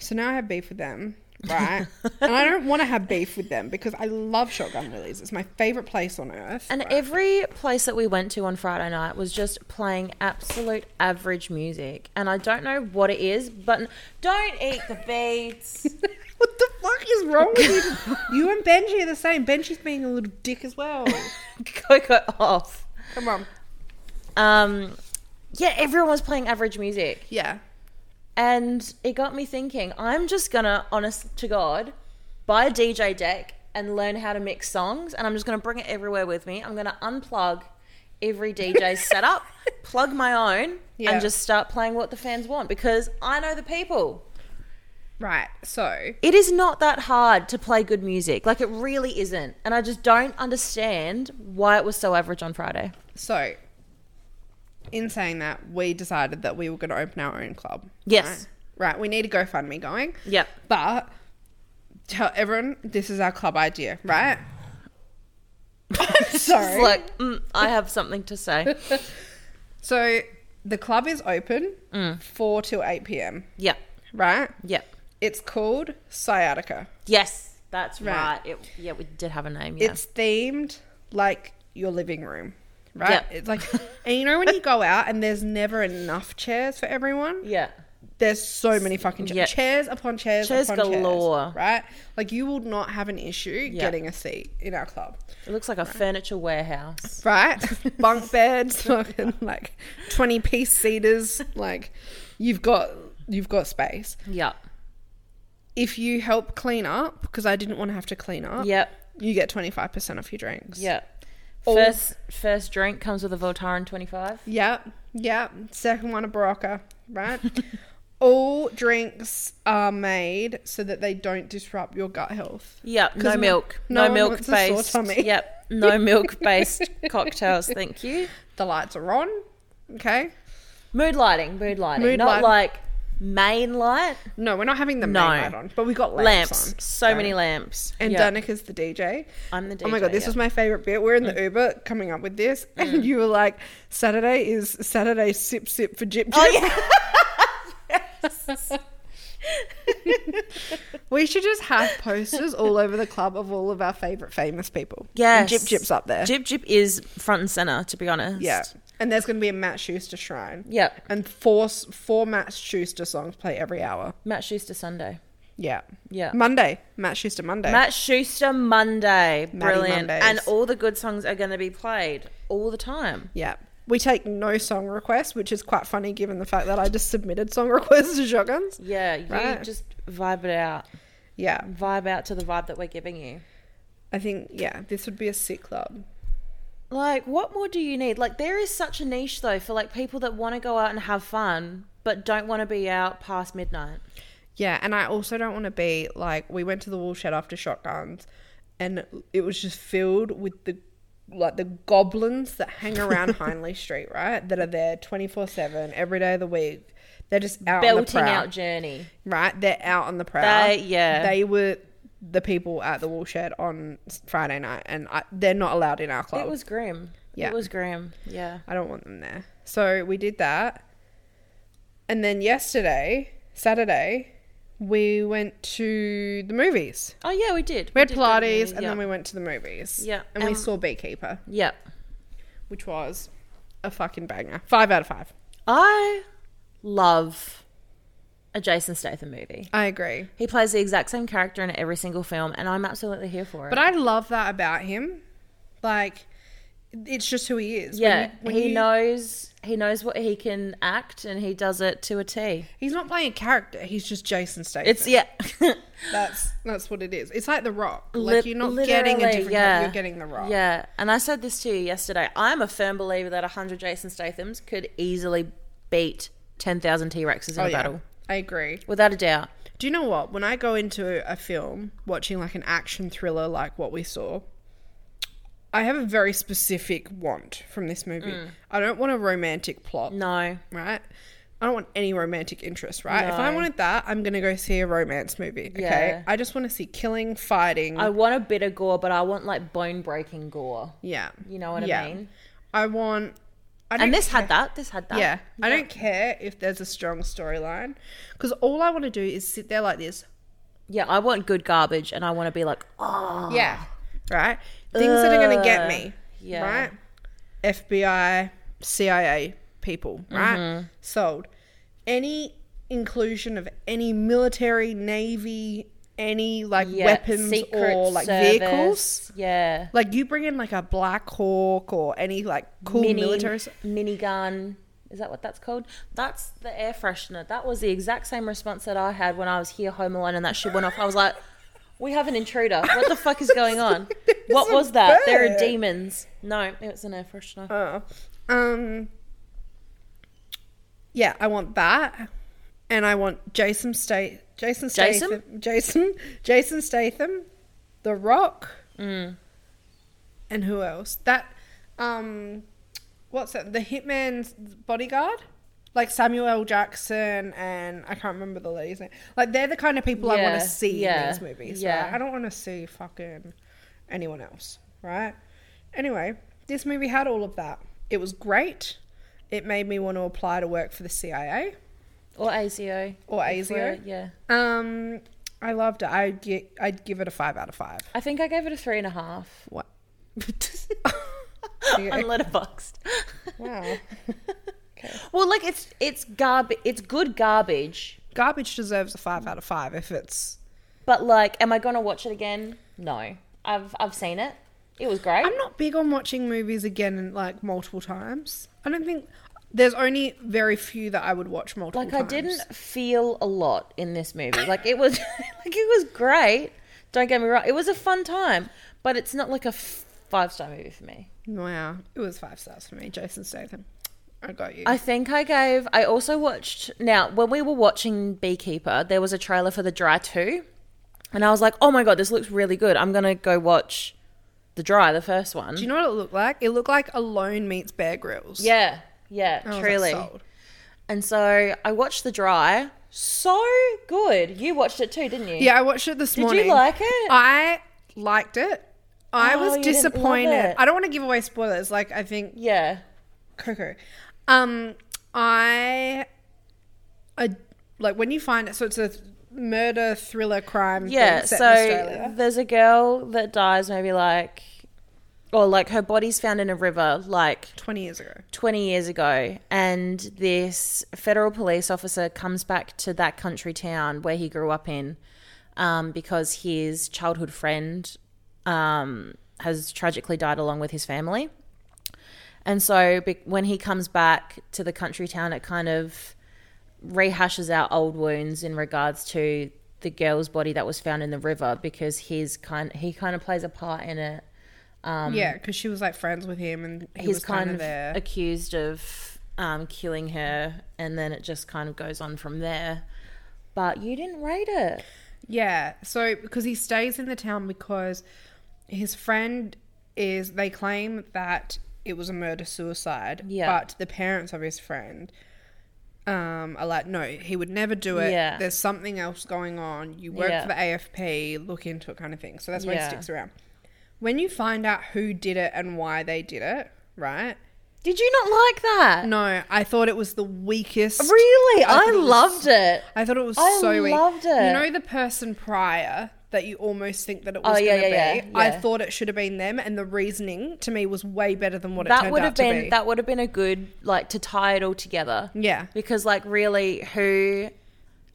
Speaker 1: So now I have beef with them, right? and I don't want to have beef with them because I love Shotgun Willies. It's my favorite place on earth.
Speaker 2: And every place that we went to on Friday night was just playing absolute average music. And I don't know what it is, but n- don't eat the beats.
Speaker 1: what the fuck is wrong with you? you and Benji are the same. Benji's being a little dick as well.
Speaker 2: go go off.
Speaker 1: Come on.
Speaker 2: Um, yeah, everyone was playing average music,
Speaker 1: Yeah.
Speaker 2: and it got me thinking. I'm just gonna, honest to God, buy a DJ deck and learn how to mix songs, and I'm just gonna bring it everywhere with me. I'm gonna unplug every DJ setup, plug my own,
Speaker 1: Yeah.
Speaker 2: and just start playing what the fans want because I know the people.
Speaker 1: Right. So
Speaker 2: It is not that hard to play good music. Like it really isn't. And I just don't understand why it was so average on Friday.
Speaker 1: so in saying that, we decided that we were going to open our own club.
Speaker 2: Yes.
Speaker 1: Right. right. We need a GoFundMe going.
Speaker 2: Yep.
Speaker 1: But tell everyone this is our club idea, right? I'm sorry.
Speaker 2: It's like, mm, I have something to say.
Speaker 1: So the club is open
Speaker 2: Mm.
Speaker 1: 4 till 8 p.m.,
Speaker 2: Yep.
Speaker 1: right?
Speaker 2: Yep.
Speaker 1: It's called Sciatica.
Speaker 2: Yes. That's
Speaker 1: Right.
Speaker 2: right. It, yeah, we did have a name. Yeah.
Speaker 1: It's themed like your living room, right?
Speaker 2: Yep.
Speaker 1: It's like, and you know when you go out and there's never enough chairs for everyone?
Speaker 2: yeah.
Speaker 1: There's so many fucking chairs.
Speaker 2: Yeah.
Speaker 1: Chairs upon chairs
Speaker 2: Chairs
Speaker 1: upon
Speaker 2: galore.
Speaker 1: chairs, right? Like you will not have an issue getting a seat in our club,
Speaker 2: It looks like a furniture warehouse.
Speaker 1: right? Bunk beds, fucking like 20 piece seaters, like you've got you've got space.
Speaker 2: Yep.
Speaker 1: if you help clean up, because I didn't want to have to clean up,
Speaker 2: Yep.
Speaker 1: you get 25% off your drinks.
Speaker 2: Yep.
Speaker 1: All-
Speaker 2: First first drink comes with a Voltaren 25.
Speaker 1: Yep. Yep. Second one, a Barocca, right? All drinks are made so that they don't disrupt your gut health.
Speaker 2: Yep.
Speaker 1: 'Cause
Speaker 2: No
Speaker 1: no-
Speaker 2: milk.
Speaker 1: no
Speaker 2: No,
Speaker 1: one
Speaker 2: milk
Speaker 1: wants a sore
Speaker 2: based.
Speaker 1: tummy.
Speaker 2: Yep. No milk based cocktails. Thank you.
Speaker 1: The lights are on. Okay.
Speaker 2: Mood lighting, mood lighting.
Speaker 1: Mood
Speaker 2: Not
Speaker 1: light-
Speaker 2: like main light.
Speaker 1: No, we're not having the main
Speaker 2: No.
Speaker 1: light on, but we got lamps,
Speaker 2: Lamps.
Speaker 1: on.
Speaker 2: So many lamps.
Speaker 1: And
Speaker 2: Yeah.
Speaker 1: Danica's the DJ.
Speaker 2: I'm the
Speaker 1: Oh my
Speaker 2: DJ,
Speaker 1: god, this
Speaker 2: yeah.
Speaker 1: was my favorite bit. We're in the
Speaker 2: Mm.
Speaker 1: Uber coming up with this, and you were like, "Saturday is Saturday sip sip for Jip Jip." Oh yeah. we should just have posters all over the club of all of our favorite famous people.
Speaker 2: Yes.
Speaker 1: and Jip Jip's up there.
Speaker 2: Jip Jip is front and center, to be honest.
Speaker 1: Yeah, and there's going to be a Matt Schuster shrine.
Speaker 2: Yep.
Speaker 1: and four s- four Matt Schuster songs play every hour.
Speaker 2: Matt Schuster Sunday.
Speaker 1: Yeah,
Speaker 2: Yeah.
Speaker 1: Monday, Matt Schuster Monday.
Speaker 2: Matt Schuster Monday. Brilliant.
Speaker 1: Mondays.
Speaker 2: And all the good songs are going to be played all the time.
Speaker 1: Yeah. We take no song requests, which is quite funny given the fact that I just submitted song requests to Shotguns.
Speaker 2: Yeah. You
Speaker 1: Right.
Speaker 2: just vibe it out.
Speaker 1: Yeah.
Speaker 2: Vibe out to the vibe that we're giving you.
Speaker 1: I think, yeah, this would be a sick club.
Speaker 2: Like, what more do you need? Like, there is such a niche, though, for like people that want to go out and have fun, but don't want to be out past midnight.
Speaker 1: Yeah. And I also don't want to be like, we went to the wool shed after Shotguns and it was just filled with the like the goblins that hang around Hindley Street, right? That are there 24 7 every day of the week. They're just out on the
Speaker 2: belting
Speaker 1: prowl,
Speaker 2: out journey.
Speaker 1: right? They're out on the prowl.
Speaker 2: They, yeah.
Speaker 1: They were the people at the wool shed on s- Friday night, and I, they're not allowed in our club.
Speaker 2: it was grim.
Speaker 1: Yeah.
Speaker 2: It was grim. Yeah.
Speaker 1: I don't want them there. So we did that. And then yesterday, Saturday, we went to the movies.
Speaker 2: Oh yeah, we did.
Speaker 1: We had
Speaker 2: did go to the
Speaker 1: Pilates,
Speaker 2: movies,
Speaker 1: and
Speaker 2: yeah.
Speaker 1: then we went to the movies.
Speaker 2: Yeah,
Speaker 1: And we
Speaker 2: um,
Speaker 1: saw Beekeeper,
Speaker 2: Yeah.
Speaker 1: which was a fucking banger. Five out of five.
Speaker 2: I love a Jason Statham movie.
Speaker 1: I agree.
Speaker 2: He plays the exact same character in every single film, and I'm absolutely here for it.
Speaker 1: But I love that about him. Like, it's just who he is. When
Speaker 2: yeah,
Speaker 1: you- when
Speaker 2: he
Speaker 1: you-
Speaker 2: knows he knows what he can act, and he does it to a T.
Speaker 1: He's not playing a character. He's just Jason Statham.
Speaker 2: It's yeah,
Speaker 1: that's that's what it is. It's like The Rock.
Speaker 2: Lit-
Speaker 1: Like you're not getting a
Speaker 2: literally,
Speaker 1: different.
Speaker 2: yeah.
Speaker 1: You're getting The Rock.
Speaker 2: Yeah, and I said this to you yesterday. I'm a firm believer that 100 Jason Statham's could easily beat 10,000 T Rexes in
Speaker 1: Oh,
Speaker 2: a
Speaker 1: yeah.
Speaker 2: battle,
Speaker 1: I agree.
Speaker 2: without a doubt.
Speaker 1: Do you know what? When I go into a film watching like an action thriller like what we saw, I have a very specific want from this movie. I don't want a romantic plot,
Speaker 2: Mm. No,
Speaker 1: right? I don't want any romantic interest, right? If I
Speaker 2: No.
Speaker 1: wanted that, I'm going to go see a romance movie, okay?
Speaker 2: Yeah.
Speaker 1: I just want to see killing, fighting.
Speaker 2: I want a bit of gore, but I want like bone breaking gore.
Speaker 1: yeah.
Speaker 2: You know what
Speaker 1: Yeah.
Speaker 2: I mean?
Speaker 1: I want I don't
Speaker 2: And this had that. This had that.
Speaker 1: Yeah. I don't care if there's a strong storyline because all I want to do is sit there like this
Speaker 2: Yeah, I want good garbage, and I want to be like, oh,
Speaker 1: Yeah. Ah. Right? Things that are going to get
Speaker 2: Ugh.
Speaker 1: me.
Speaker 2: Uh, Yeah.
Speaker 1: Right? FBI, CIA people, right?
Speaker 2: Mm-hmm.
Speaker 1: Sold. Any inclusion of any military, navy, any like
Speaker 2: yeah,
Speaker 1: weapons
Speaker 2: Secret
Speaker 1: or like
Speaker 2: Service.
Speaker 1: vehicles.
Speaker 2: Yeah,
Speaker 1: Like you bring in like a Black Hawk or any like cool military. s-
Speaker 2: mini gun. Is that what that's called? That's the air freshener. That was the exact same response that I had when I was here home alone, and that shit went off. I was like, "We have an intruder. What the fuck is going on? What was that? There are
Speaker 1: bird.
Speaker 2: demons." No, it was an air freshener.
Speaker 1: Oh. Um Yeah, I want that. And I want Jason State Jason
Speaker 2: Jason?
Speaker 1: Statham Jason Jason Statham, The Rock. And who else? That um what's that? The Hitman's bodyguard? Like Samuel L. Jackson and I can't remember the lady's name. Like they're the kind of people I want
Speaker 2: Yeah,
Speaker 1: to see
Speaker 2: yeah,
Speaker 1: in these movies.
Speaker 2: yeah.
Speaker 1: Right? I don't want to see fucking anyone else, right? Anyway, this movie had all of that. It was great. It made me want to apply to work for the CIA
Speaker 2: Or ASIO.
Speaker 1: or
Speaker 2: If we're-
Speaker 1: ASIO.
Speaker 2: Yeah.
Speaker 1: Um, I loved it. I'd gi- I'd give it a five out of five.
Speaker 2: I think I gave it a three and a half.
Speaker 1: What?
Speaker 2: on Letterboxd.
Speaker 1: Wow.
Speaker 2: Well, like it's it's garbage. It's good garbage,
Speaker 1: Garbage deserves a five out of five if it's.
Speaker 2: but like, am I gonna watch it again? No. I've I've seen it. It was great.
Speaker 1: I'm not big on watching movies again and like multiple times. I don't think there's only very few that I would watch multiple
Speaker 2: like
Speaker 1: times.
Speaker 2: I didn't feel a lot in this movie. Like it was like it was great. Don't get me wrong. It was a fun time, but it's not like a f- five star movie for me.
Speaker 1: Wow, it was five stars for me. Jason Statham, I got you.
Speaker 2: I think I gave. I also watched. Now, when we were watching Beekeeper, there was a trailer for The Dry 2. And I was like, oh my God, this looks really good. I'm going to go watch The Dry, the first one.
Speaker 1: Do you know what it looked like? It looked like Alone meets Bear Grylls.
Speaker 2: yeah. Yeah.
Speaker 1: I Oh, was like,
Speaker 2: truly.
Speaker 1: sold.
Speaker 2: and so I watched The Dry. So good. You watched it too, didn't you?
Speaker 1: Yeah, I watched it this
Speaker 2: you
Speaker 1: morning.
Speaker 2: like it?
Speaker 1: I liked it. I
Speaker 2: Oh,
Speaker 1: was
Speaker 2: you didn't love
Speaker 1: disappointed.
Speaker 2: it.
Speaker 1: I don't want to give away spoilers. Like I think
Speaker 2: Yeah.
Speaker 1: Coco. Um, I, I like when you find it. So it's a murder thriller crime.
Speaker 2: Yeah.
Speaker 1: thing set in
Speaker 2: So
Speaker 1: Australia.
Speaker 2: there's a girl that dies maybe like, or like her body's found in a river, like
Speaker 1: twenty years ago.
Speaker 2: 20 years ago and this federal police officer comes back to that country town where he grew up in um, because his childhood friend um, has tragically died along with his family and so be- when he comes back to the country town it kind of rehashes out old wounds in regards to the girl's body that was found in the river because he's kind he kind of plays a part in it
Speaker 1: yeah, because she was like friends with him, and he
Speaker 2: he's
Speaker 1: was kind of there.
Speaker 2: accused of um, killing her, and then it just kind of goes on from there. But you didn't rate it.
Speaker 1: Yeah. So because he stays in the town because his friend is they claim that it was a murder suicide,
Speaker 2: Yeah.
Speaker 1: but the parents of his friend um, are like, no, he would never do it.
Speaker 2: Yeah.
Speaker 1: There's something else going on. You work
Speaker 2: Yeah.
Speaker 1: for the AFP, look into it, kind of thing. So that's why he
Speaker 2: Yeah.
Speaker 1: sticks around. When you find out who did it and why they did it, right?
Speaker 2: Did you not like that?
Speaker 1: No, I thought it was the weakest.
Speaker 2: Really?
Speaker 1: I
Speaker 2: I,
Speaker 1: thought it was-
Speaker 2: loved it.
Speaker 1: I thought it was
Speaker 2: I
Speaker 1: so weak.
Speaker 2: loved
Speaker 1: You
Speaker 2: it.
Speaker 1: know the person prior that you almost think that it was
Speaker 2: Oh, yeah,
Speaker 1: going to
Speaker 2: yeah,
Speaker 1: be.
Speaker 2: yeah,
Speaker 1: I
Speaker 2: yeah.
Speaker 1: thought it should have been them, and the reasoning to me was way better than what it
Speaker 2: That
Speaker 1: turned
Speaker 2: would
Speaker 1: out
Speaker 2: have
Speaker 1: to
Speaker 2: been
Speaker 1: be.
Speaker 2: that would have been a good like to tie it all together.
Speaker 1: yeah,
Speaker 2: Because like really who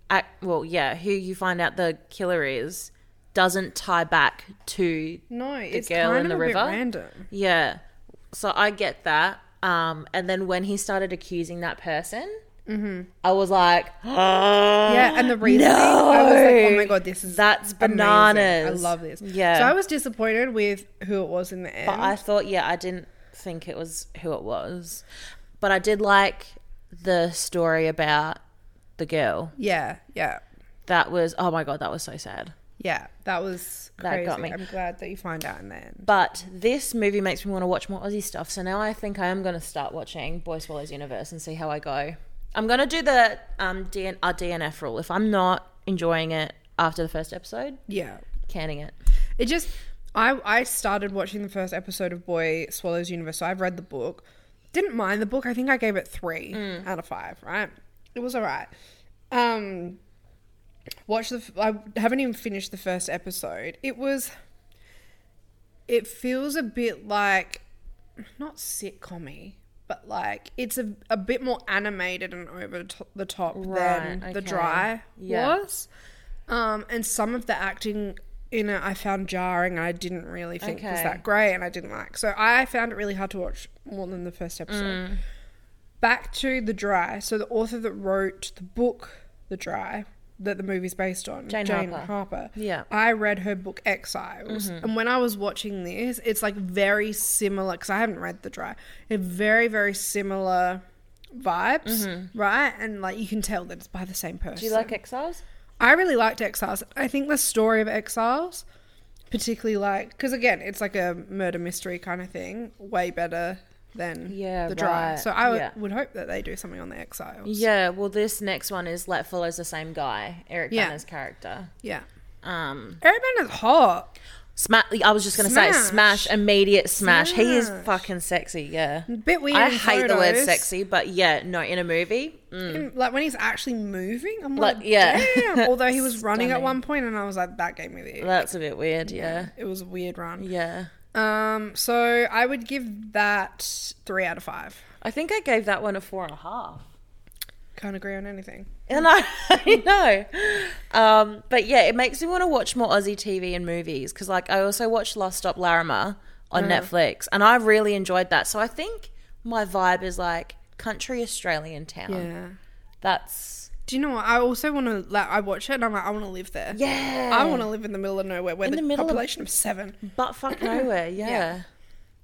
Speaker 2: act well, yeah, who you find out the killer is doesn't tie back to
Speaker 1: no, it's
Speaker 2: girl
Speaker 1: kind
Speaker 2: in
Speaker 1: of
Speaker 2: the
Speaker 1: a
Speaker 2: river?
Speaker 1: bit random.
Speaker 2: Yeah. So I get that. Um, and then when he started accusing that person, I was like,
Speaker 1: Yeah, and the reasoning, I was like, oh my god, this is
Speaker 2: That's
Speaker 1: amazing.
Speaker 2: bananas.
Speaker 1: I love this.
Speaker 2: Yeah.
Speaker 1: so I was disappointed with who it was in the end.
Speaker 2: But I thought, yeah, I didn't think it was who it was. But I did like the story about the girl.
Speaker 1: yeah, yeah,
Speaker 2: That was, oh my God, that was so sad.
Speaker 1: yeah. That was
Speaker 2: That
Speaker 1: crazy.
Speaker 2: got me.
Speaker 1: I'm glad that you find out in the end.
Speaker 2: But this movie makes me want to watch more Aussie stuff. So now I think I am going to start watching Boy Swallows Universe and see how I go. I'm going to do the um, DN- uh, DNF rule. If I'm not enjoying it after the first episode,
Speaker 1: Yeah.
Speaker 2: canning it.
Speaker 1: It just I I started watching the first episode of Boy Swallows Universe. So I've read the book. Didn't mind the book. I think I gave it 3
Speaker 2: Mm.
Speaker 1: out of 5, right? It was all right. Um watch the f- I haven't even finished the first episode. It was it feels a bit like not sitcom but like it's a, a bit more animated and over the to- the top than
Speaker 2: Right,
Speaker 1: the
Speaker 2: okay.
Speaker 1: dry
Speaker 2: Yeah.
Speaker 1: was. Um, and some of the acting in it I found jarring and I didn't really think was
Speaker 2: Okay.
Speaker 1: that great and I didn't like. So I found it really hard to watch more than the first episode.
Speaker 2: Mm.
Speaker 1: Back to The Dry. So the author that wrote the book The Dry that the movie's based on,
Speaker 2: Jane Harper. Yeah. Mm-hmm.
Speaker 1: I read her book Exiles. And when I was watching this, it's like very similar because I haven't read The Dry. It's very, very similar vibes, right? And like you can tell that it's by the same person.
Speaker 2: Mm-hmm. Do you like Exiles?
Speaker 1: I really liked Exiles. I think the story of Exiles, particularly like, because again, it's like a murder mystery kind of thing, way better than
Speaker 2: Yeah,
Speaker 1: the dry.
Speaker 2: right.
Speaker 1: So I w-
Speaker 2: Yeah.
Speaker 1: would hope that they do something on the Exiles.
Speaker 2: Yeah, well, this next one is like follows the same guy, Eric
Speaker 1: Yeah.
Speaker 2: Banner's character.
Speaker 1: Yeah.
Speaker 2: Um,
Speaker 1: Airband is hot.
Speaker 2: sma- I was just gonna say
Speaker 1: Smash.
Speaker 2: smash, immediate smash. He is
Speaker 1: Smash.
Speaker 2: fucking sexy. Yeah,
Speaker 1: Bit weird.
Speaker 2: I
Speaker 1: in
Speaker 2: hate the word
Speaker 1: photos.
Speaker 2: sexy, but yeah, no, in a movie, mm,
Speaker 1: In- Like when he's actually moving, I'm like,
Speaker 2: Like, yeah.
Speaker 1: damn. Although he was running at
Speaker 2: Stunning.
Speaker 1: one point, and I was like, that gave me the.
Speaker 2: that's a bit weird. Yeah,
Speaker 1: It was a weird run.
Speaker 2: yeah.
Speaker 1: Um, so I would give that three out of five.
Speaker 2: I think I gave that one a four and a half.
Speaker 1: Can't agree on anything.
Speaker 2: And I, I know, um, but yeah, it makes me want to watch more Aussie TV and movies because, like, I also watched Last Stop Larimer on
Speaker 1: Mm.
Speaker 2: Netflix, and I really enjoyed that. So I think my vibe is like country Australian town.
Speaker 1: Yeah.
Speaker 2: That's
Speaker 1: Do you know what? I also want to. Like, I watch it and I'm like, I want to live there.
Speaker 2: yeah.
Speaker 1: I want to live in the middle of nowhere where
Speaker 2: In
Speaker 1: the,
Speaker 2: the middle of-
Speaker 1: population of, seven.
Speaker 2: but fuck nowhere. Yeah.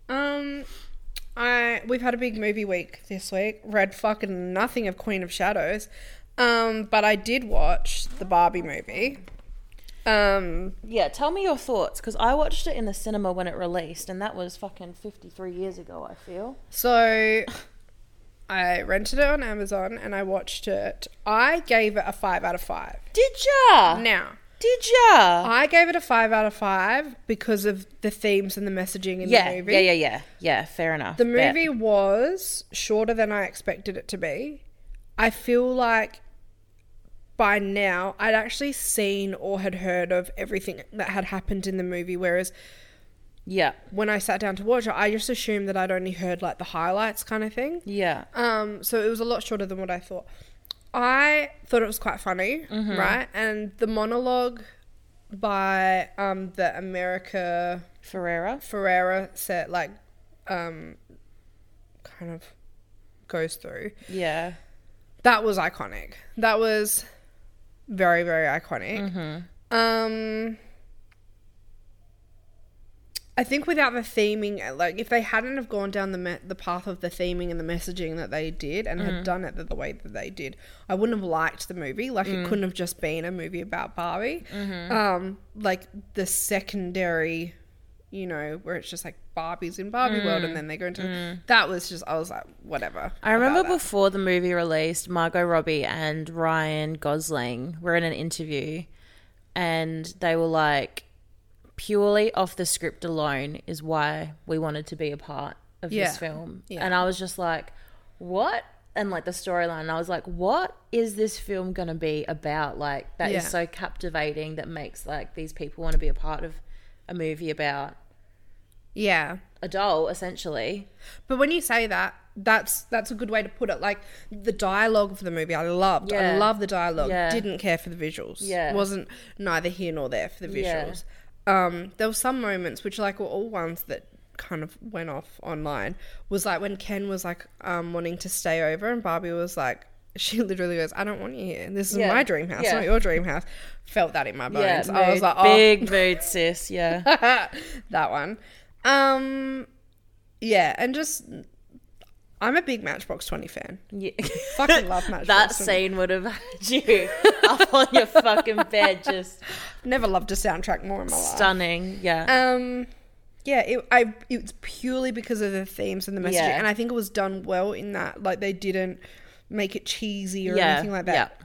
Speaker 1: Yeah. Um, I we've had a big movie week this week. Read fucking nothing of Queen of Shadows, um, but I did watch the Barbie movie. Um,
Speaker 2: Yeah, Tell me your thoughts because I watched it in the cinema when it released, and that was fucking fifty three years ago. I feel.
Speaker 1: so I rented it on Amazon and I watched it. I gave it a five out of five.
Speaker 2: Did ya?
Speaker 1: Now.
Speaker 2: Did ya?
Speaker 1: I gave it a five out of five because of the themes and the messaging in
Speaker 2: Yeah.
Speaker 1: the movie.
Speaker 2: Yeah. Yeah. Yeah. Yeah. Fair enough.
Speaker 1: The
Speaker 2: Bet.
Speaker 1: movie was shorter than I expected it to be. I feel like by now I'd actually seen or had heard of everything that had happened in the movie, whereas
Speaker 2: Yeah.
Speaker 1: when I sat down to watch it, I just assumed that I'd only heard like the highlights kind of thing.
Speaker 2: Yeah.
Speaker 1: Um, so it was a lot shorter than what I thought. I thought it was quite funny, right? And the monologue by um, the America
Speaker 2: Ferrera.
Speaker 1: Ferreira set like um kind of goes through.
Speaker 2: Yeah.
Speaker 1: That was iconic. That was very very iconic. Um I think without the theming, like if they hadn't have gone down the me- the path of the theming and the messaging that they did, and had done it the, the way that they did, I wouldn't have liked the movie. Like it couldn't have just been a movie about Barbie. Um, like the secondary, you know, where it's just like Barbies in Barbie world, and then they go into that was just I was like, whatever.
Speaker 2: I remember
Speaker 1: about that.
Speaker 2: before the movie released, Margot Robbie and Ryan Gosling were in an interview and they were like, purely off the script alone is why we wanted to be a part of
Speaker 1: Yeah.
Speaker 2: this film.
Speaker 1: Yeah.
Speaker 2: And I was just like, what? And like the storyline, and I was like, what is this film going to be about? Like, that is
Speaker 1: Yeah.
Speaker 2: so captivating that makes like these people want to be a part of a movie about
Speaker 1: yeah.
Speaker 2: a doll, essentially.
Speaker 1: But when you say that, that's that's a good way to put it. Like the dialogue of the movie, I loved. I
Speaker 2: Yeah.
Speaker 1: love the dialogue.
Speaker 2: Yeah.
Speaker 1: Didn't care for the visuals.
Speaker 2: Yeah.
Speaker 1: wasn't neither here nor there for the
Speaker 2: Yeah.
Speaker 1: visuals. Um, there were some moments which like were all ones that kind of went off online. Was like when Ken was like um, wanting to stay over, and Barbie was like. She literally goes, I don't want you here. This is
Speaker 2: Yeah.
Speaker 1: my dream house,
Speaker 2: Yeah.
Speaker 1: not your dream house. Felt that in my
Speaker 2: Yeah.
Speaker 1: bones. I was
Speaker 2: mood.
Speaker 1: like, oh,
Speaker 2: big mood, sis. Yeah.
Speaker 1: that one. Um, yeah, and just I'm a big Matchbox Twenty fan.
Speaker 2: Yeah.
Speaker 1: Fucking love Matchbox
Speaker 2: that
Speaker 1: 20.
Speaker 2: scene would have had you up on your fucking bed, just
Speaker 1: Never loved a soundtrack more in my life.
Speaker 2: stunning. Yeah.
Speaker 1: Um, yeah, it, I it's purely because of the themes and the messaging,
Speaker 2: Yeah.
Speaker 1: and I think it was done well in that. Like they didn't make it cheesy or
Speaker 2: Yeah,
Speaker 1: anything like that.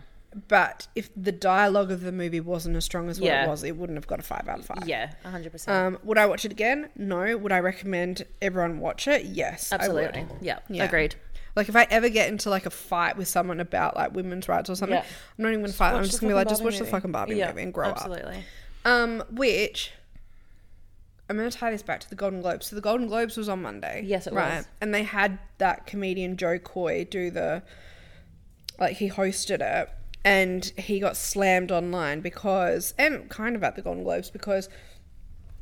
Speaker 1: But if the dialogue of the movie wasn't as strong as what
Speaker 2: Yeah.
Speaker 1: it was, it wouldn't have got Uh, a five out of five.
Speaker 2: yeah, Uh, 100%.
Speaker 1: Um, would I watch it again? No. Would I recommend everyone watch it? Yes, I would.
Speaker 2: Absolutely. Yeah,
Speaker 1: Yeah.
Speaker 2: Agreed.
Speaker 1: Like if I ever get into like a fight with someone about like women's rights or something,
Speaker 2: Yeah.
Speaker 1: I'm not even gonna fight. I'm
Speaker 2: watch
Speaker 1: just
Speaker 2: the
Speaker 1: gonna be like,
Speaker 2: fucking
Speaker 1: just watch
Speaker 2: Barbie
Speaker 1: the
Speaker 2: movie.
Speaker 1: fucking Barbie movie and grow up.
Speaker 2: absolutely.
Speaker 1: Um, which I'm gonna tie this back to the Golden Globes. So the Golden Globes was on Monday.
Speaker 2: Yes, it was.
Speaker 1: And they had that comedian Joe Coy do the like he hosted it and he got slammed online because and kind of at the Golden Globes because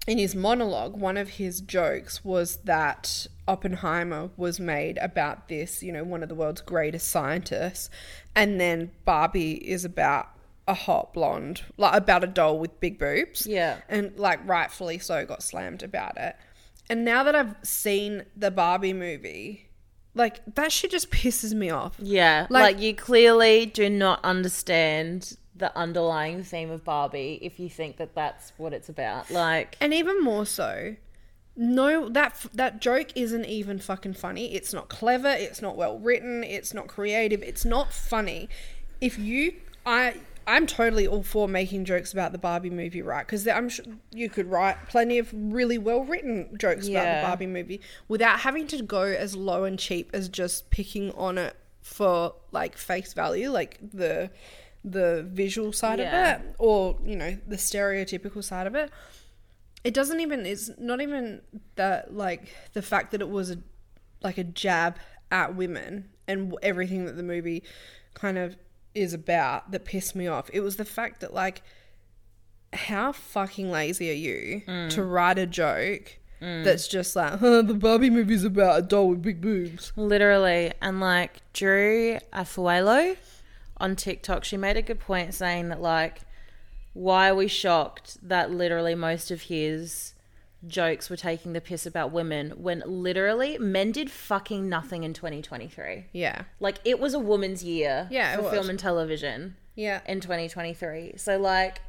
Speaker 1: in his monologue, one of his jokes was that Oppenheimer was made about this, you know, one of the world's greatest scientists, and then Barbie is about a hot blonde, like about a doll with big boobs.
Speaker 2: Yeah.
Speaker 1: And like rightfully so got slammed about it. And now that I've seen the Barbie movie, like that shit just pisses me off.
Speaker 2: Yeah.
Speaker 1: Like-
Speaker 2: Like, you clearly do not understand the underlying theme of Barbie if you think that that's what it's about. Like,
Speaker 1: And even more so, no, that f- that joke isn't even fucking funny. It's not clever. It's not well written. It's not creative. It's not funny. If you, I, I'm totally all for making jokes about the Barbie movie, right? Because I'm sure you could write plenty of really well written jokes about
Speaker 2: Yeah.
Speaker 1: the Barbie movie without having to go as low and cheap as just picking on it for like face value, like the the visual side
Speaker 2: Yeah.
Speaker 1: of it or you know the stereotypical side of it it doesn't even it's not even that like the fact that it was a, like a jab at women and w- everything that the movie kind of is about that pissed me off it was the fact that like how fucking lazy are you to write a joke that's just like huh, the barbie movie's about a doll with big boobs
Speaker 2: Literally. And like Drew Afuelo on TikTok, she made a good point saying that, like, why are we shocked that literally most of his jokes were taking the piss about women when literally men did fucking nothing in 2023?
Speaker 1: yeah
Speaker 2: Like, it was a woman's year
Speaker 1: Yeah, it
Speaker 2: for
Speaker 1: was.
Speaker 2: film and television
Speaker 1: yeah
Speaker 2: in 2023. So, like,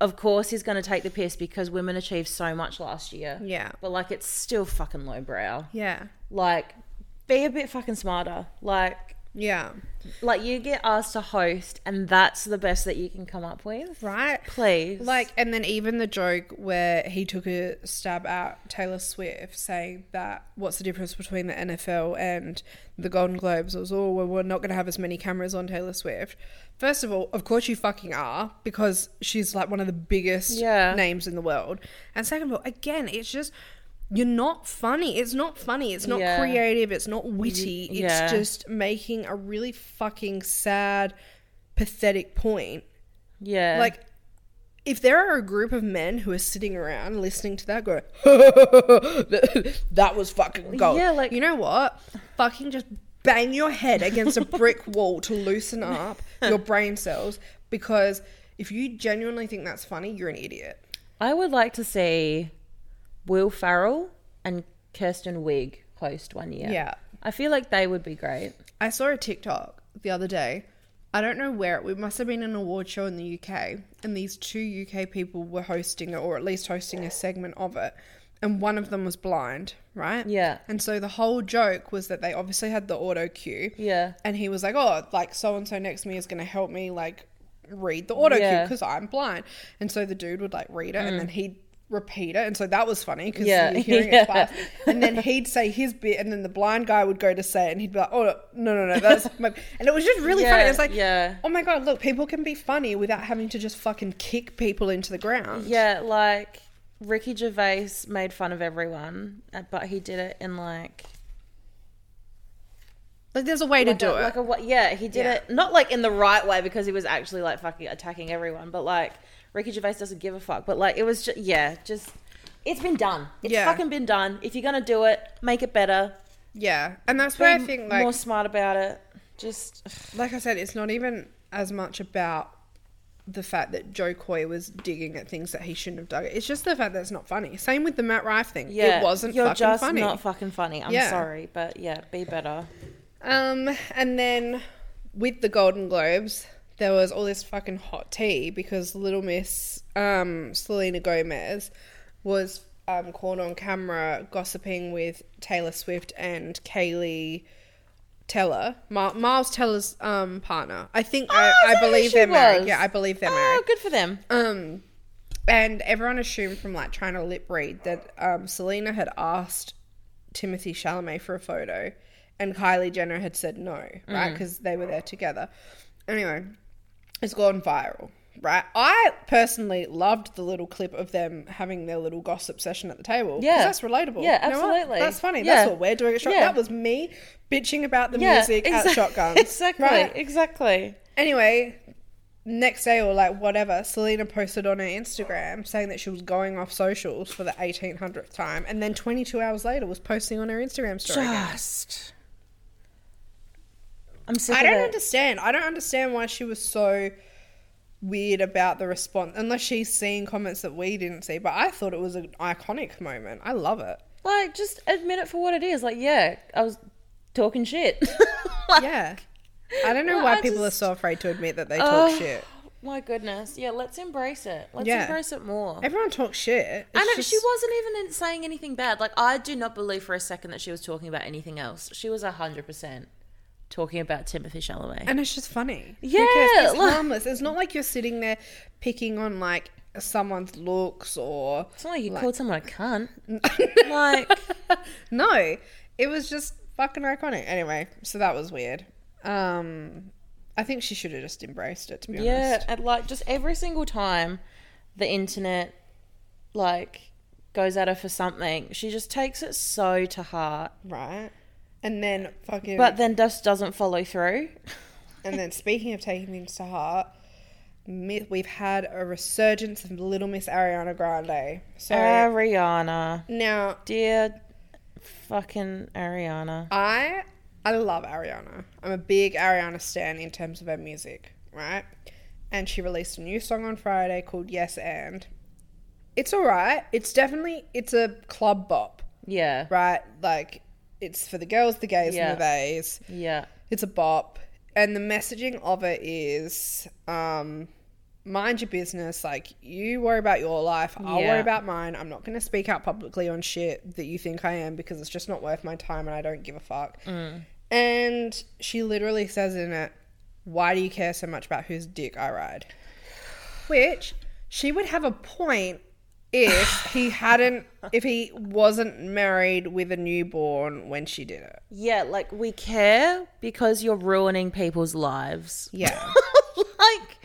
Speaker 2: of course he's going to take the piss because women achieved so much last year.
Speaker 1: Yeah.
Speaker 2: But, like, it's still fucking lowbrow
Speaker 1: yeah
Speaker 2: like be a bit fucking smarter like
Speaker 1: yeah
Speaker 2: like you get asked to host and that's the best that you can come up with
Speaker 1: right
Speaker 2: please
Speaker 1: Like, and then even the joke where he took a stab at Taylor Swift saying that what's the difference between the NFL and the Golden Globes? It was, oh, well, we're not going to have as many cameras on Taylor Swift. First of all, of course you fucking are because she's like one of the biggest
Speaker 2: Yeah.
Speaker 1: names in the world. And second of all, again, it's just. You're not funny. It's not funny. It's not
Speaker 2: Yeah.
Speaker 1: creative. It's not witty. It's
Speaker 2: yeah.
Speaker 1: just making a really fucking sad, pathetic point
Speaker 2: yeah
Speaker 1: like, if there are a group of men who are sitting around listening to that, going, that was fucking gold.
Speaker 2: Yeah, like-
Speaker 1: you know what? Fucking just bang your head against a brick wall to loosen up your brain cells because if you genuinely think that's funny, you're an idiot.
Speaker 2: i would like to see will farrell and kirsten wig host one year
Speaker 1: Yeah.
Speaker 2: i feel like they would be great
Speaker 1: I saw a TikTok the other day. I don't know where it, it must have been an award show in the UK, and these two UK people were hosting it, or at least hosting a segment of it. and one of them was blind, right?
Speaker 2: Yeah.
Speaker 1: And so the whole joke was that they obviously had the auto cue.
Speaker 2: Yeah.
Speaker 1: And he was like, oh, like so and so next to me is going to help me like read the auto cue
Speaker 2: Yeah. Mm.
Speaker 1: because I'm blind. And so the dude would like read it and then he'd repeat it. And so that was funny because
Speaker 2: Yeah.
Speaker 1: you're hearing
Speaker 2: Yeah.
Speaker 1: it twice. And then he'd say his bit and then the blind guy would go to say it and he'd be like, oh, no, no, no, that's my. And it was just really funny.
Speaker 2: Yeah,
Speaker 1: It's like,
Speaker 2: yeah.
Speaker 1: oh my God, look, people can be funny without having to just fucking kick people into the ground.
Speaker 2: Yeah, like Ricky Gervais made fun of everyone, uh, but he did it in like
Speaker 1: Like there's a way
Speaker 2: like
Speaker 1: to do
Speaker 2: a,
Speaker 1: it.
Speaker 2: Like a wa- yeah, he did
Speaker 1: Yeah.
Speaker 2: it not like in the right way because he was actually like fucking attacking everyone, but like Ricky Gervais doesn't give a fuck. But like it was just yeah, just it's been done. It's
Speaker 1: Yeah.
Speaker 2: fucking been done. If you're gonna do it, make it better.
Speaker 1: yeah. And that's
Speaker 2: Be
Speaker 1: where I think like
Speaker 2: more smart about it. Just
Speaker 1: like I said, it's not even as much about the fact that Joe Coy was digging at things that he shouldn't have dug. It's just the fact that it's not funny. Same with the Matt Rife thing.
Speaker 2: yeah,
Speaker 1: it wasn't
Speaker 2: You're
Speaker 1: fucking
Speaker 2: just
Speaker 1: funny.
Speaker 2: not fucking funny. I'm
Speaker 1: Yeah.
Speaker 2: sorry, but yeah, be better.
Speaker 1: um, and then with the Golden Globes, there was all this fucking hot tea because Little Miss um, Selena Gomez was um, caught on camera gossiping with Taylor Swift and Kaylee. Teller, Mar- Miles Teller's um, partner. I think I,
Speaker 2: Oh, is
Speaker 1: I
Speaker 2: that who
Speaker 1: believe
Speaker 2: she
Speaker 1: they're married.
Speaker 2: was?
Speaker 1: Yeah, I believe they're married.
Speaker 2: Oh, good for them.
Speaker 1: Um, and everyone assumed from like trying to lip read that um, Selena had asked Timothy Chalamet for a photo, and Kylie Jenner had said no, right?
Speaker 2: Mm.
Speaker 1: Because they were there together. Anyway, it's gone viral, right? I personally loved the little clip of them having their little gossip session at the table. 'cause
Speaker 2: Yeah.
Speaker 1: that's relatable.
Speaker 2: Yeah,
Speaker 1: You know what?
Speaker 2: absolutely.
Speaker 1: That's funny.
Speaker 2: Yeah.
Speaker 1: That's what we're doing at Shot.
Speaker 2: Yeah.
Speaker 1: That was me bitching about the music
Speaker 2: exac-
Speaker 1: at Shotguns.
Speaker 2: Exactly.
Speaker 1: Right?
Speaker 2: Exactly.
Speaker 1: Anyway, next day or like whatever, Selena posted on her Instagram saying that she was going off socials for the 1800th time, and then 22 hours later was posting on her Instagram story. again.
Speaker 2: Just. I'm sick
Speaker 1: I
Speaker 2: of
Speaker 1: don't
Speaker 2: it.
Speaker 1: understand. I don't understand why she was so weird about the response, unless she's seeing comments that we didn't see. But I thought it was an iconic moment. I love it.
Speaker 2: Like, just admit it for what it is. Like, yeah, I was talking shit. Like,
Speaker 1: Yeah. I don't know
Speaker 2: Well,
Speaker 1: why
Speaker 2: I
Speaker 1: people
Speaker 2: just-
Speaker 1: are so afraid to admit that they
Speaker 2: Oh.
Speaker 1: talk shit.
Speaker 2: My goodness. Yeah, let's embrace it. Let's
Speaker 1: Yeah.
Speaker 2: embrace it more.
Speaker 1: Everyone talks shit.
Speaker 2: and
Speaker 1: It's
Speaker 2: it- she
Speaker 1: just-
Speaker 2: wasn't even in- saying anything bad. Like, I do not believe for a second that she was talking about anything else. She was 100% talking about Timothy Chalamet.
Speaker 1: And it's just funny. Who
Speaker 2: Yeah,
Speaker 1: cares? It's
Speaker 2: like-
Speaker 1: harmless. It's not like you're sitting there picking on like someone's looks or
Speaker 2: it's not like you called someone a cunt. like,
Speaker 1: no. It was just fucking iconic. Anyway, so that was weird. Um I think she should have just embraced it to be
Speaker 2: Yeah,
Speaker 1: honest.
Speaker 2: and like just every single time the internet like goes at her for something, she just takes it so to heart,
Speaker 1: Right. And then fucking
Speaker 2: but then just doesn't follow through.
Speaker 1: and then speaking of taking things to heart, mi- we've had a resurgence of Little Miss Ariana Grande. So
Speaker 2: Ariana,
Speaker 1: now
Speaker 2: dear fucking Ariana.
Speaker 1: I I love Ariana. I'm a big Ariana stan in terms of her music, right? And she released a new song on Friday called Yes and. It's alright. It's definitely it's a club bop,
Speaker 2: Yeah,
Speaker 1: right? Like it's for the girls, the gays,
Speaker 2: Yeah.
Speaker 1: and the theys.
Speaker 2: yeah,
Speaker 1: It's a bop. And the messaging of it is um, mind your business. Like, you worry about your life. I'll
Speaker 2: Yeah.
Speaker 1: worry about mine. I'm not going to speak out publicly on shit that you think I am because it's just not worth my time and I don't give a fuck. And she literally says in it, Why do you care so much about whose dick I ride? Which she would have a point if he hadn't, if he wasn't married with a newborn when she did it.
Speaker 2: yeah. Like we care because you're ruining people's lives.
Speaker 1: Yeah.
Speaker 2: like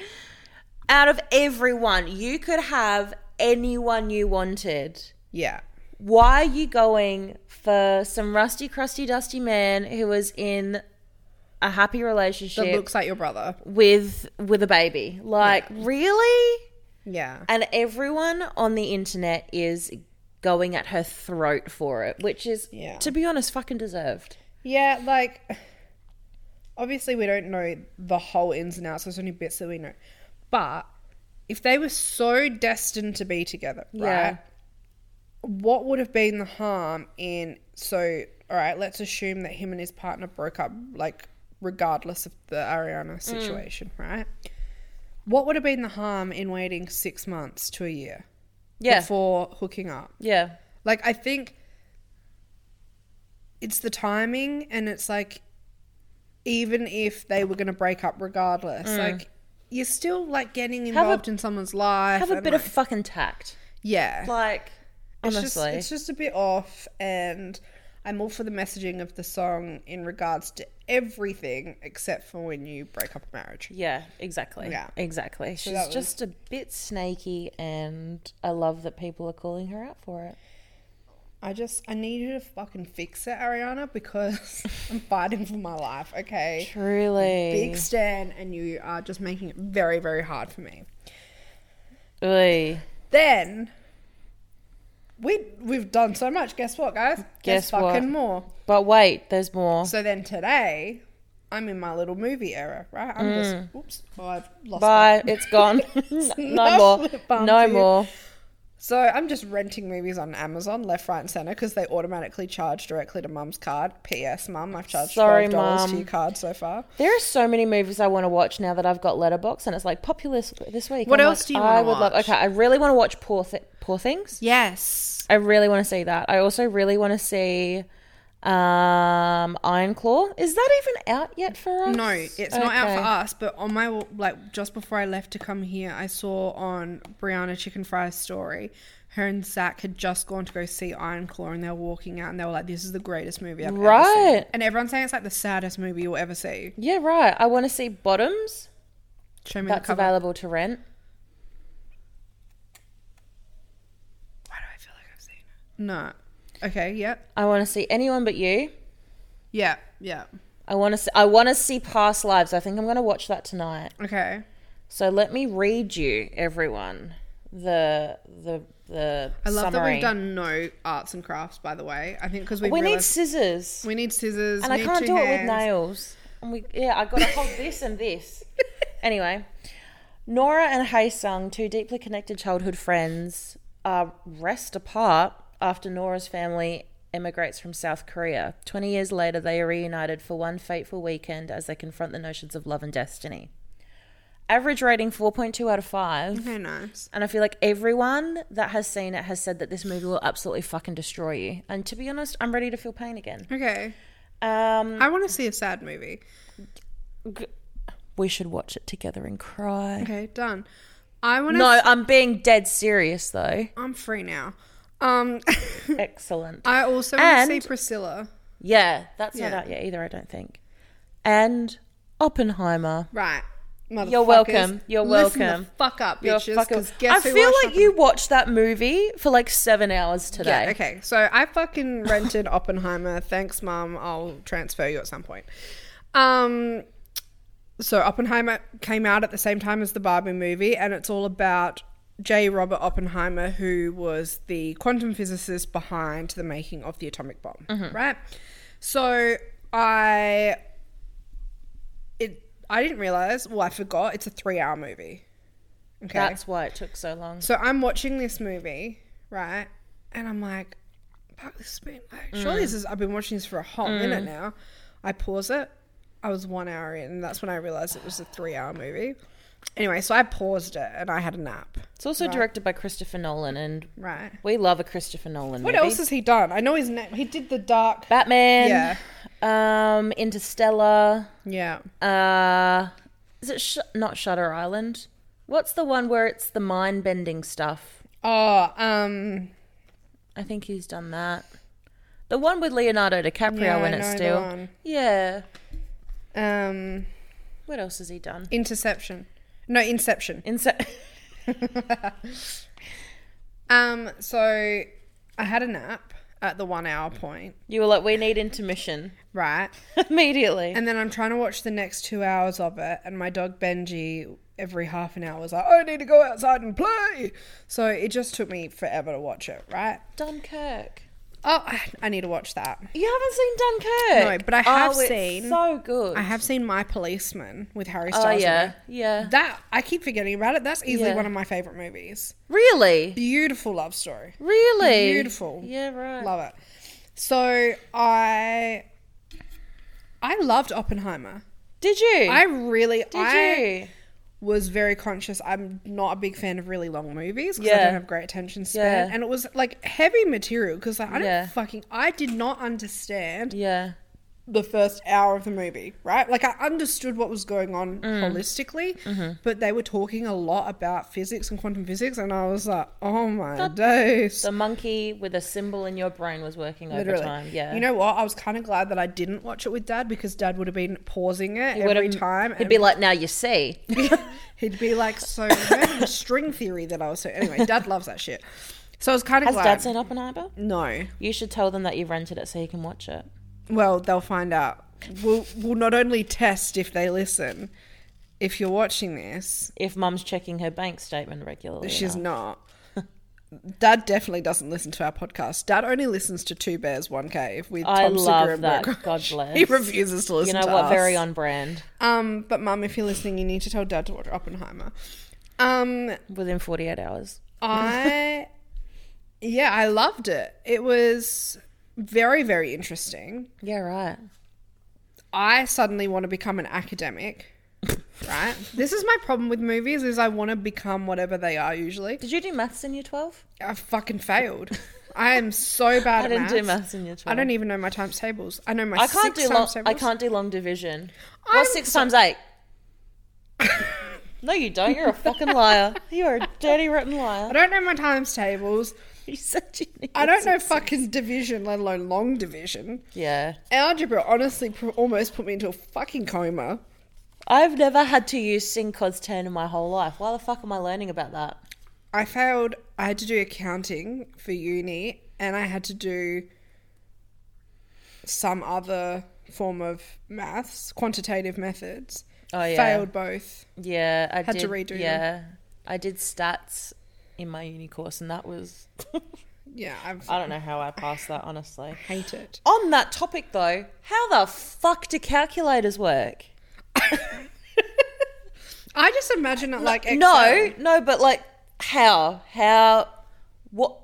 Speaker 2: out of everyone, you could have anyone you wanted.
Speaker 1: Yeah.
Speaker 2: why are you going for some rusty, crusty, dusty man who was in a happy
Speaker 1: that
Speaker 2: relationship
Speaker 1: looks like your brother.
Speaker 2: with with a baby? Like, really?
Speaker 1: Yeah.
Speaker 2: And everyone on the internet is going at her throat for it, which is,
Speaker 1: Yeah.
Speaker 2: to be honest, fucking deserved.
Speaker 1: Yeah, like obviously we don't know the whole ins and outs, there's only bits that we know. But if they were so destined to be together,
Speaker 2: Yeah.
Speaker 1: right? What would have been the harm in so all right, let's assume that him and his partner broke up like regardless of the Ariana situation, right? What would have been the harm in waiting six months to a year
Speaker 2: Yeah,
Speaker 1: before hooking up?
Speaker 2: yeah,
Speaker 1: Like I think it's the timing and it's like even if they were going to break up regardless, like you're still like getting
Speaker 2: Mm. a-
Speaker 1: involved in someone's life.
Speaker 2: Have a
Speaker 1: and,
Speaker 2: bit of
Speaker 1: like-
Speaker 2: fucking tact.
Speaker 1: yeah.
Speaker 2: Like, honestly.
Speaker 1: It's just, it's just a bit off, and I'm all for the messaging of the song in regards to everything except for when you break up a marriage.
Speaker 2: yeah, exactly.
Speaker 1: Yeah.
Speaker 2: Exactly. She's
Speaker 1: that was-
Speaker 2: just a bit snaky, and I love that people are calling her out for it.
Speaker 1: I just, I need you to fucking fix it, Ariana, because I'm fighting for my life, okay?
Speaker 2: Truly.
Speaker 1: Big Stan, and you are just making it very, very hard for me.
Speaker 2: Oy.
Speaker 1: Then. We, we've done so much. Guess what, guys? There's
Speaker 2: Guess what?
Speaker 1: fucking more.
Speaker 2: But wait, there's more.
Speaker 1: So then today, I'm in my little movie era, right? I'm just, oops, oh, I've lost my
Speaker 2: Mm. Bye. It's gone. no
Speaker 1: enough
Speaker 2: more.
Speaker 1: lip balm
Speaker 2: No
Speaker 1: for you.
Speaker 2: more.
Speaker 1: So I'm just renting movies on Amazon left, right, and center because they automatically charge directly to mum's card. P.S. Mum, I've charged
Speaker 2: Sorry,
Speaker 1: twelve dollars
Speaker 2: Mum.
Speaker 1: to your card so far.
Speaker 2: There are so many movies I want to watch now that I've got Letterbox, and it's like popular this- this week.
Speaker 1: What
Speaker 2: I'm
Speaker 1: else
Speaker 2: like,
Speaker 1: do you
Speaker 2: I
Speaker 1: wanna
Speaker 2: would love.
Speaker 1: watch?
Speaker 2: Okay, I really want to watch Poor Th- Poor Things.
Speaker 1: Yes.
Speaker 2: I really want to see that. I also really want to see um, Iron Claw. Is that even out yet for us?
Speaker 1: No, it's not out for
Speaker 2: Okay.
Speaker 1: us. But on my wa- like, just before I left to come here, I saw on Brianna Chicken Fry's story, her and Zach had just gone to go see Iron Claw, and they were walking out, and they were like, "This is the greatest movie I've ever seen."
Speaker 2: Right.
Speaker 1: And everyone's saying it's like the saddest movie you'll ever see.
Speaker 2: Yeah, right. I want to see Bottoms.
Speaker 1: Show me the
Speaker 2: That's
Speaker 1: cover.
Speaker 2: available to rent.
Speaker 1: Why do I feel like I've seen it? No. Okay. Yep.
Speaker 2: I want to see Anyone But You.
Speaker 1: Yeah. Yeah.
Speaker 2: I want to see. I want to see Past Lives. I think I'm going to watch that tonight.
Speaker 1: Okay.
Speaker 2: So let me read you, everyone, the the the.
Speaker 1: I love that
Speaker 2: summary.
Speaker 1: we've done no arts and crafts, by the way. I think because we,
Speaker 2: We need
Speaker 1: realised
Speaker 2: scissors,
Speaker 1: we need scissors,
Speaker 2: and I
Speaker 1: need
Speaker 2: can't
Speaker 1: two
Speaker 2: do it with
Speaker 1: hands.
Speaker 2: nails. And we, yeah, I got to hold this and this. Anyway, Nora and Haesung, two deeply connected childhood friends, are rest apart after Nora's family emigrates from South Korea. Twenty years later, they are reunited for one fateful weekend as they confront the notions of love and destiny. Average rating four point two out of five.
Speaker 1: Okay, nice.
Speaker 2: And I feel like everyone that has seen it has said that this movie will absolutely fucking destroy you. And to be honest, I'm ready to feel pain again.
Speaker 1: Okay,
Speaker 2: Um,
Speaker 1: I want to see a sad movie.
Speaker 2: g- we should watch it together and cry.
Speaker 1: Okay, done. I want to.
Speaker 2: No, I'm being dead serious though.
Speaker 1: I'm free now. Um,
Speaker 2: Excellent.
Speaker 1: I also want to
Speaker 2: And-
Speaker 1: see Priscilla.
Speaker 2: Yeah, that's not
Speaker 1: Yeah.
Speaker 2: out yet either, I don't think. And Oppenheimer.
Speaker 1: Right,
Speaker 2: You're
Speaker 1: motherfuckers.
Speaker 2: welcome. You're
Speaker 1: Listen the
Speaker 2: welcome.
Speaker 1: fuck up,
Speaker 2: You're
Speaker 1: bitches.
Speaker 2: fucking-
Speaker 1: 'cause guess
Speaker 2: I
Speaker 1: who I
Speaker 2: feel like
Speaker 1: fucking-
Speaker 2: you watched that movie for like seven hours today.
Speaker 1: Yeah, okay. So I fucking rented Oppenheimer. Thanks, Mum. I'll transfer you at some point. Um, so Oppenheimer came out at the same time as the Barbie movie, and it's all about J. Robert Oppenheimer, who was the quantum physicist behind the making of the atomic bomb,
Speaker 2: Mm-hmm.
Speaker 1: right? So I it I didn't realize. Well, I forgot. It's a three-hour movie. Okay.
Speaker 2: That's why it took so long.
Speaker 1: So I'm watching this movie, right? And I'm like, fuck, this has been like, surely this is, I've been watching this for a hot minute now. I pause it. I was one hour in, and that's when I realized it was a three hour movie. Anyway, so I paused it and I had a nap,
Speaker 2: It's also directed by Christopher Nolan, and
Speaker 1: right?
Speaker 2: we love a Christopher Nolan
Speaker 1: What
Speaker 2: movie.
Speaker 1: else has he done? I know his name. He did the dark.
Speaker 2: Batman. Yeah. Um, Interstellar.
Speaker 1: Yeah.
Speaker 2: Uh, is it sh- not Shutter Island? What's the one where it's the mind bending stuff?
Speaker 1: Oh, um.
Speaker 2: I think he's done that. The one with Leonardo DiCaprio
Speaker 1: Yeah,
Speaker 2: when
Speaker 1: I
Speaker 2: it's
Speaker 1: know the
Speaker 2: still.
Speaker 1: one.
Speaker 2: Yeah.
Speaker 1: Um.
Speaker 2: What else has he done?
Speaker 1: Interception. No, Inception.
Speaker 2: Inse-
Speaker 1: Um. So I had a nap at the one hour point,
Speaker 2: you were like, we need intermission
Speaker 1: right?
Speaker 2: immediately.
Speaker 1: And then I'm trying to watch the next two hours of it, and my dog Benji, every half an hour, was like, I need to go outside and play. So it just took me forever to watch it, right?
Speaker 2: Dunkirk.
Speaker 1: Oh, I- I need to watch that.
Speaker 2: You haven't seen Dunkirk. Oh,
Speaker 1: No, but I have
Speaker 2: it's
Speaker 1: seen-
Speaker 2: So good.
Speaker 1: I have seen My Policeman with Harry Styles.
Speaker 2: Oh
Speaker 1: in it.
Speaker 2: yeah, yeah.
Speaker 1: That, I keep forgetting about it. That's easily
Speaker 2: Yeah.
Speaker 1: one of my favorite movies.
Speaker 2: Really,
Speaker 1: Beautiful love story.
Speaker 2: really
Speaker 1: Beautiful.
Speaker 2: Yeah, right.
Speaker 1: Love it. So I. I loved Oppenheimer.
Speaker 2: Did you?
Speaker 1: I really,
Speaker 2: Did
Speaker 1: I,
Speaker 2: you?
Speaker 1: was very conscious. I'm not a big fan of really long movies because I
Speaker 2: Yeah.
Speaker 1: don't have great attention span.
Speaker 2: Yeah.
Speaker 1: And it was like heavy material because like, I don't
Speaker 2: Yeah.
Speaker 1: fucking I did not understand
Speaker 2: Yeah.
Speaker 1: the first hour of the movie, right? Like I understood what was going on
Speaker 2: Mm.
Speaker 1: holistically,
Speaker 2: Mm-hmm.
Speaker 1: but they were talking a lot about physics and quantum physics, and I was like, oh my days.
Speaker 2: The monkey with a symbol in your brain was working
Speaker 1: Literally.
Speaker 2: overtime. Yeah.
Speaker 1: You know what? I was kind of glad that I didn't watch it with dad because dad would have been pausing it
Speaker 2: He
Speaker 1: every
Speaker 2: would've-
Speaker 1: time.
Speaker 2: He'd
Speaker 1: and
Speaker 2: be like, now you see.
Speaker 1: he'd be like, so remember the string theory that I was so. Anyway, dad loves that shit. So I was kind of
Speaker 2: Has
Speaker 1: glad.
Speaker 2: Dad seen Oppenheimer?
Speaker 1: no.
Speaker 2: You should tell them that you rented it so you can watch it.
Speaker 1: Well, they'll find out. We'll, we'll not only test if they listen. If you're watching this,
Speaker 2: If Mum's checking her bank statement regularly.
Speaker 1: she's
Speaker 2: enough.
Speaker 1: not. Dad definitely doesn't listen to our podcast. Dad only listens to Two Bears, One Cave with
Speaker 2: I
Speaker 1: Tom
Speaker 2: love
Speaker 1: Segura and
Speaker 2: that.
Speaker 1: Brett Gr-
Speaker 2: God bless.
Speaker 1: He refuses to
Speaker 2: You
Speaker 1: listen.
Speaker 2: know
Speaker 1: to
Speaker 2: what?
Speaker 1: us.
Speaker 2: Very on brand.
Speaker 1: Um, but mum, if you're listening, you need to tell dad to watch Oppenheimer. Um,
Speaker 2: Within 48 hours.
Speaker 1: I, yeah, I loved it. It was very, very interesting.
Speaker 2: Yeah, right.
Speaker 1: I suddenly want to become an academic, right? this is my problem with movies: is I want to become whatever they are. Usually,
Speaker 2: Did you do maths in year 12?
Speaker 1: I fucking failed. I am so bad.
Speaker 2: I
Speaker 1: at
Speaker 2: didn't do
Speaker 1: maths.
Speaker 2: maths in year 12.
Speaker 1: I don't even know my times tables. I know my
Speaker 2: I can't
Speaker 1: six
Speaker 2: do long.
Speaker 1: times
Speaker 2: I
Speaker 1: tables.
Speaker 2: can't do long division.
Speaker 1: I'm
Speaker 2: What's six times eight? no, you don't. You're a fucking liar. You're a dirty, rotten
Speaker 1: I
Speaker 2: liar.
Speaker 1: don't know my times tables.
Speaker 2: You said you need.
Speaker 1: I don't know fucking division, let alone long division.
Speaker 2: Yeah,
Speaker 1: Algebra honestly pr- almost put me into a fucking coma.
Speaker 2: I've never had to use sin cos ten in my whole life. Why the fuck am I learning about that?
Speaker 1: I failed. I had to do accounting for uni, and I had to do some other form of maths, quantitative methods.
Speaker 2: Oh, yeah.
Speaker 1: Failed both.
Speaker 2: Yeah, I
Speaker 1: Had to
Speaker 2: did,
Speaker 1: redo them.
Speaker 2: Yeah, I did stats in my uni course, and that was.
Speaker 1: Yeah, I've,
Speaker 2: I don't know how I passed that, honestly.
Speaker 1: hate it.
Speaker 2: On that topic, though, how the fuck do calculators work?
Speaker 1: I just imagine it like Excel.
Speaker 2: No, no, but like how? How what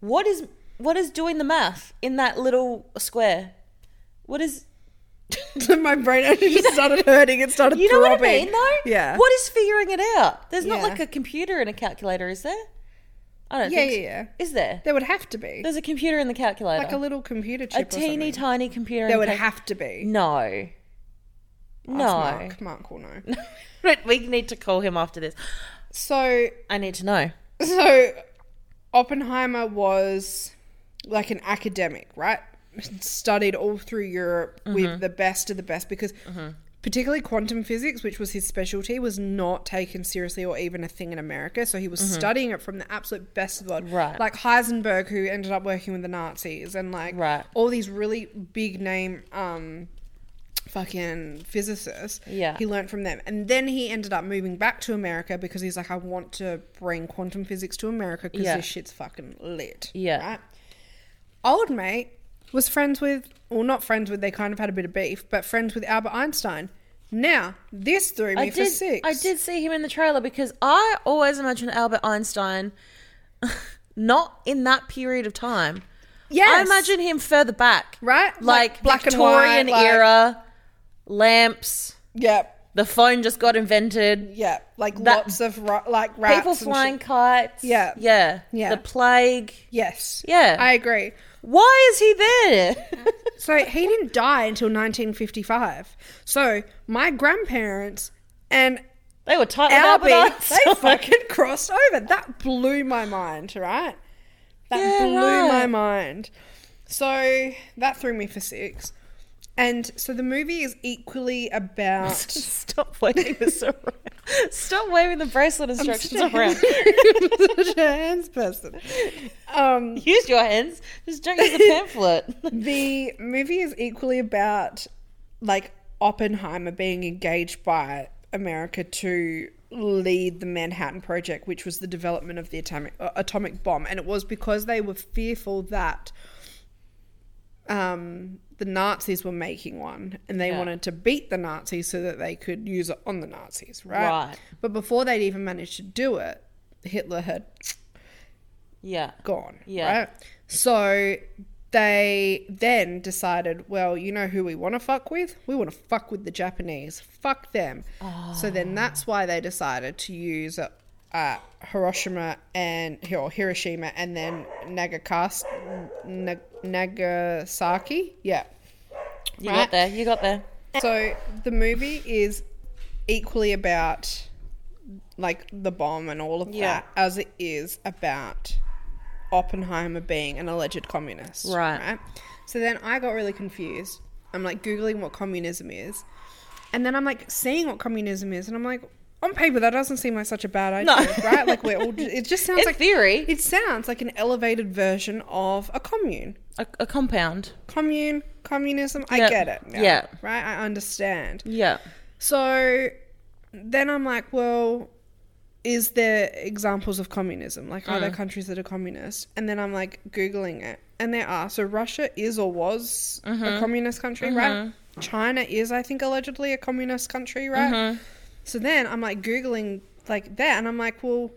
Speaker 2: what is what is doing the math in that little square? What is
Speaker 1: my brain actually just started hurting. It started
Speaker 2: you know
Speaker 1: throbbing.
Speaker 2: what I mean though?
Speaker 1: Yeah.
Speaker 2: What is figuring it out? There's not
Speaker 1: Yeah.
Speaker 2: like a computer in a calculator, is there? I don't
Speaker 1: Yeah,
Speaker 2: think
Speaker 1: yeah, yeah.
Speaker 2: so. Is there?
Speaker 1: There would have to be
Speaker 2: There's a computer in the calculator.
Speaker 1: like a little computer
Speaker 2: a,
Speaker 1: chip. or
Speaker 2: teeny
Speaker 1: something.
Speaker 2: tiny computer in
Speaker 1: There
Speaker 2: the
Speaker 1: would
Speaker 2: cal-
Speaker 1: have to be.
Speaker 2: No.
Speaker 1: Ask
Speaker 2: No.
Speaker 1: Mark. Mark will know.
Speaker 2: But we need to call him after this.
Speaker 1: So
Speaker 2: I need to know.
Speaker 1: So Oppenheimer was like an academic, right? Studied all through Europe
Speaker 2: Mm-hmm.
Speaker 1: with the best of the best because particularly quantum physics, which was his specialty, was not taken seriously or even a thing in America. So he was studying it from the absolute best of the world.
Speaker 2: Mm-hmm. Right.
Speaker 1: Like Heisenberg who ended up working with the Nazis and like
Speaker 2: Right.
Speaker 1: all these really big name um fucking physicists.
Speaker 2: Yeah.
Speaker 1: He learned from them. And then he ended up moving back to America because he's like, I want to bring quantum physics to America because
Speaker 2: Yeah.
Speaker 1: this shit's fucking lit.
Speaker 2: Yeah.
Speaker 1: Right? Old mate was friends with, well, not friends with, they kind of had a bit of beef, but friends with Albert Einstein. Now, this threw me
Speaker 2: I
Speaker 1: for
Speaker 2: did,
Speaker 1: six.
Speaker 2: I did see him in the trailer because I always imagine Albert Einstein not in that period of time. I
Speaker 1: Yes.
Speaker 2: imagine him further back.
Speaker 1: Right?
Speaker 2: Like,
Speaker 1: Like black and
Speaker 2: Victorian
Speaker 1: white, like-
Speaker 2: era, lamps,
Speaker 1: Yep.
Speaker 2: the phone just got invented,
Speaker 1: Yep. Like
Speaker 2: That-
Speaker 1: lots of, ro- like, rats.
Speaker 2: people
Speaker 1: and shit.
Speaker 2: flying kites.
Speaker 1: Yeah.
Speaker 2: Yeah.
Speaker 1: Yeah.
Speaker 2: The plague.
Speaker 1: Yes.
Speaker 2: Yeah.
Speaker 1: I agree.
Speaker 2: Why is he there?
Speaker 1: So he didn't die until 1955. So my grandparents and
Speaker 2: they were tight with
Speaker 1: Albie,
Speaker 2: Albert
Speaker 1: they
Speaker 2: Einstein.
Speaker 1: fucking crossed over. That blew my mind, right? That
Speaker 2: Yeah,
Speaker 1: blew my
Speaker 2: right.
Speaker 1: mind. So that threw me for six. And so the movie is equally about.
Speaker 2: Stop waving this around. Stop waving the bracelet instructions around.
Speaker 1: Such a hands person. Um,
Speaker 2: Use your hands. Just don't use the pamphlet.
Speaker 1: The movie is equally about like Oppenheimer being engaged by America to lead the Manhattan Project, which was the development of the atomic uh, atomic bomb, and it was because they were fearful that um, the Nazis were making one, and they
Speaker 2: Yeah.
Speaker 1: wanted to beat the Nazis so that they could use it on the Nazis, right?
Speaker 2: Right.
Speaker 1: But before they'd even managed to do it, Hitler had
Speaker 2: Yeah.
Speaker 1: gone.
Speaker 2: Yeah.
Speaker 1: Right? So they then decided, well, you know who we want to fuck with? We want to fuck with the Japanese. Fuck them. So then that's why they decided to use uh, uh, Hiroshima and or Hiroshima and then Nagakas- Nag- Nagasaki. Yeah.
Speaker 2: You
Speaker 1: Right.
Speaker 2: got there. You got there.
Speaker 1: So the movie is equally about like the bomb and all of
Speaker 2: Yeah.
Speaker 1: that as it is about Oppenheimer being an alleged communist.
Speaker 2: Right.
Speaker 1: So then I got really confused. I'm like googling what communism is. And then I'm like seeing what communism is and I'm like on paper that doesn't seem like such a bad
Speaker 2: No.
Speaker 1: idea, right? Like we're all it just sounds
Speaker 2: In
Speaker 1: like
Speaker 2: theory.
Speaker 1: It sounds like an elevated version of a commune
Speaker 2: A, a compound.
Speaker 1: commune, communism. I
Speaker 2: Yeah.
Speaker 1: get it. now,
Speaker 2: Yeah.
Speaker 1: Right? I understand.
Speaker 2: Yeah.
Speaker 1: So then I'm like, well, is there examples of communism? Like, are
Speaker 2: Mm.
Speaker 1: there countries that are communist? And then I'm like Googling it. And there are. So Russia is or was a
Speaker 2: Mm-hmm.
Speaker 1: communist country, right? China is, I think, allegedly a communist country, right?
Speaker 2: Mm-hmm.
Speaker 1: So then I'm like Googling like that. And I'm like, well,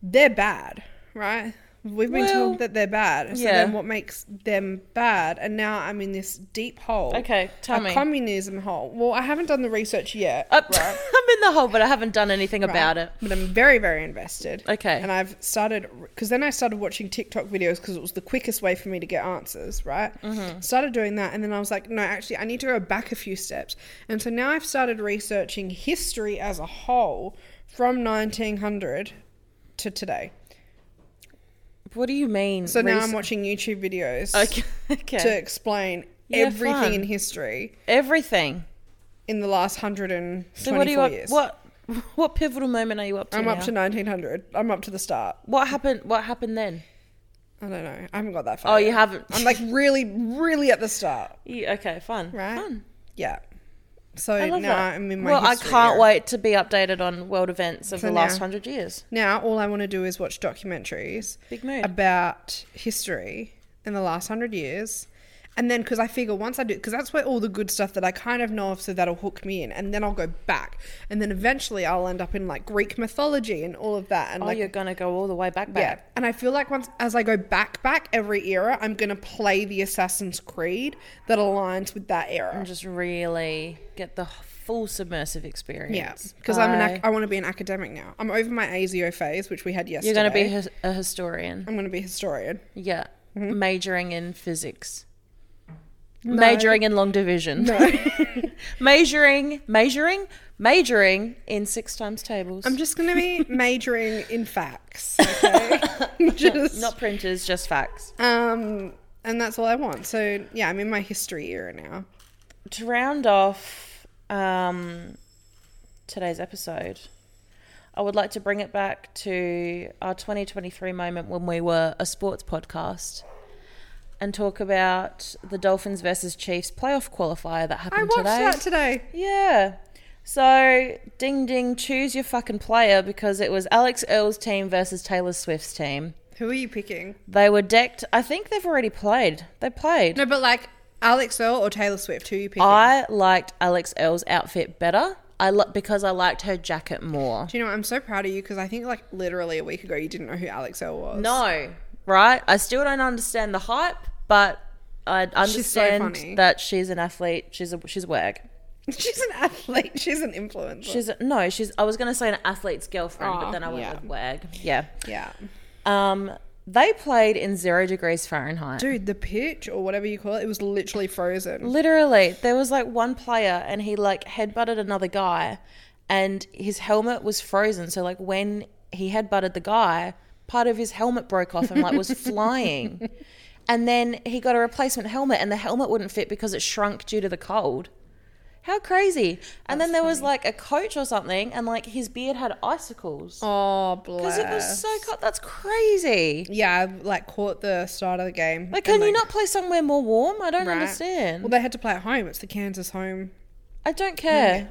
Speaker 1: they're bad, right? We've been
Speaker 2: Well,
Speaker 1: told that they're bad. So
Speaker 2: yeah.
Speaker 1: then what makes them bad? And now I'm in this deep hole.
Speaker 2: Okay, tell
Speaker 1: a
Speaker 2: me.
Speaker 1: Communism hole. Well, I haven't done the research yet.
Speaker 2: Up, I'm in the hole, but I haven't done anything about it.
Speaker 1: But I'm very, very invested.
Speaker 2: Okay.
Speaker 1: And I've started, because then I started watching TikTok videos because it was the quickest way for me to get answers, right?
Speaker 2: Mm-hmm.
Speaker 1: Started doing that. And then I was like, no, actually, I need to go back a few steps. And so now I've started researching history as a whole from 1900 to today.
Speaker 2: What do you mean?
Speaker 1: So now
Speaker 2: rec-
Speaker 1: I'm watching YouTube videos
Speaker 2: Okay. okay.
Speaker 1: to explain
Speaker 2: Yeah,
Speaker 1: everything
Speaker 2: fun.
Speaker 1: in history
Speaker 2: Everything.
Speaker 1: in the last 124
Speaker 2: So what do you up,
Speaker 1: years.
Speaker 2: what what pivotal moment are you up to?
Speaker 1: I'm up
Speaker 2: now?
Speaker 1: to 1900. I'm up to the start.
Speaker 2: what happened? What happened then?
Speaker 1: I don't know. I haven't got that far.
Speaker 2: Oh, you
Speaker 1: yet.
Speaker 2: haven't.
Speaker 1: I'm like really, really at the start,
Speaker 2: You- okay, fun.
Speaker 1: right?
Speaker 2: Fun.
Speaker 1: Yeah. So
Speaker 2: I
Speaker 1: now
Speaker 2: love that.
Speaker 1: I'm in my.
Speaker 2: well, I
Speaker 1: history
Speaker 2: can't
Speaker 1: era.
Speaker 2: wait to be updated on world events of
Speaker 1: So
Speaker 2: the last
Speaker 1: now-
Speaker 2: hundred years.
Speaker 1: Now all I want to do is watch documentaries
Speaker 2: Big mood.
Speaker 1: about history in the last hundred years, and then because I figure once I do, because that's where all the good stuff that I kind of know of, so that'll hook me in, and then I'll go back, and then eventually I'll end up in like Greek mythology and all of that, and
Speaker 2: oh,
Speaker 1: like
Speaker 2: you're gonna go all the way back,
Speaker 1: Yeah,
Speaker 2: back.
Speaker 1: and I feel like once as I go back back every era, I'm gonna play the Assassin's Creed that aligns with that era.
Speaker 2: and just really get the full submersive experience.
Speaker 1: Yeah, because I'm an
Speaker 2: Bye.
Speaker 1: ac- I want to be an academic now. I'm over my ASIO phase, which we had yesterday.
Speaker 2: You're gonna be his- a historian.
Speaker 1: I'm gonna be a historian.
Speaker 2: Yeah,
Speaker 1: Mm-hmm.
Speaker 2: majoring in physics. Majoring in long division. No. measuring, measuring, majoring in six times tables.
Speaker 1: I'm just gonna be majoring in facts. Okay, just
Speaker 2: Not printers, just facts.
Speaker 1: um, and that's all I want. So yeah, I'm in my history era now.
Speaker 2: To round off um, today's episode, I would like to bring it back to our 2023 moment when we were a sports podcast and talk about the Dolphins versus Chiefs playoff qualifier that
Speaker 1: I
Speaker 2: happened
Speaker 1: watched
Speaker 2: today.
Speaker 1: that today.
Speaker 2: Yeah. So, ding ding, choose your fucking player because it was Alex Earl's team versus Taylor Swift's team.
Speaker 1: Who are you picking?
Speaker 2: They were decked. I think they've already played. They played.
Speaker 1: No, but like Alex Earl or Taylor Swift. Who are you picking?
Speaker 2: I liked Alex Earl's outfit better. I lo- because I liked her jacket more.
Speaker 1: Do you know what? I'm so proud of you because I think like literally a week ago you didn't know who Alex L was.
Speaker 2: No, right? I still don't understand the hype, but I
Speaker 1: She's so
Speaker 2: understand
Speaker 1: funny.
Speaker 2: that she's an athlete. She's a she's a wag.
Speaker 1: she's an athlete. She's an influencer.
Speaker 2: She's a, no, she's. I was gonna say an athlete's girlfriend, but
Speaker 1: Aw,
Speaker 2: then I went
Speaker 1: yeah.
Speaker 2: with wag. Yeah.
Speaker 1: yeah,
Speaker 2: Um, they played in zero degrees Fahrenheit.
Speaker 1: dude, the pitch or whatever you call it, it was literally frozen.
Speaker 2: Literally, there was like one player, and he like headbutted another guy, and his helmet was frozen. So like when he headbutted the guy, part of his helmet broke off and like was flying. And then he got a replacement helmet, and the helmet wouldn't fit because it shrunk due to the cold. How crazy! And then there was like a coach or something, and like his beard had icicles
Speaker 1: Oh,
Speaker 2: because
Speaker 1: bless.
Speaker 2: it was so cold. That's crazy.
Speaker 1: yeah, I like caught the start of the game.
Speaker 2: Like, can
Speaker 1: and,
Speaker 2: you not play somewhere more warm? I don't
Speaker 1: right.
Speaker 2: understand.
Speaker 1: Well, they had to play at home. It's the Kansas home.
Speaker 2: I don't care.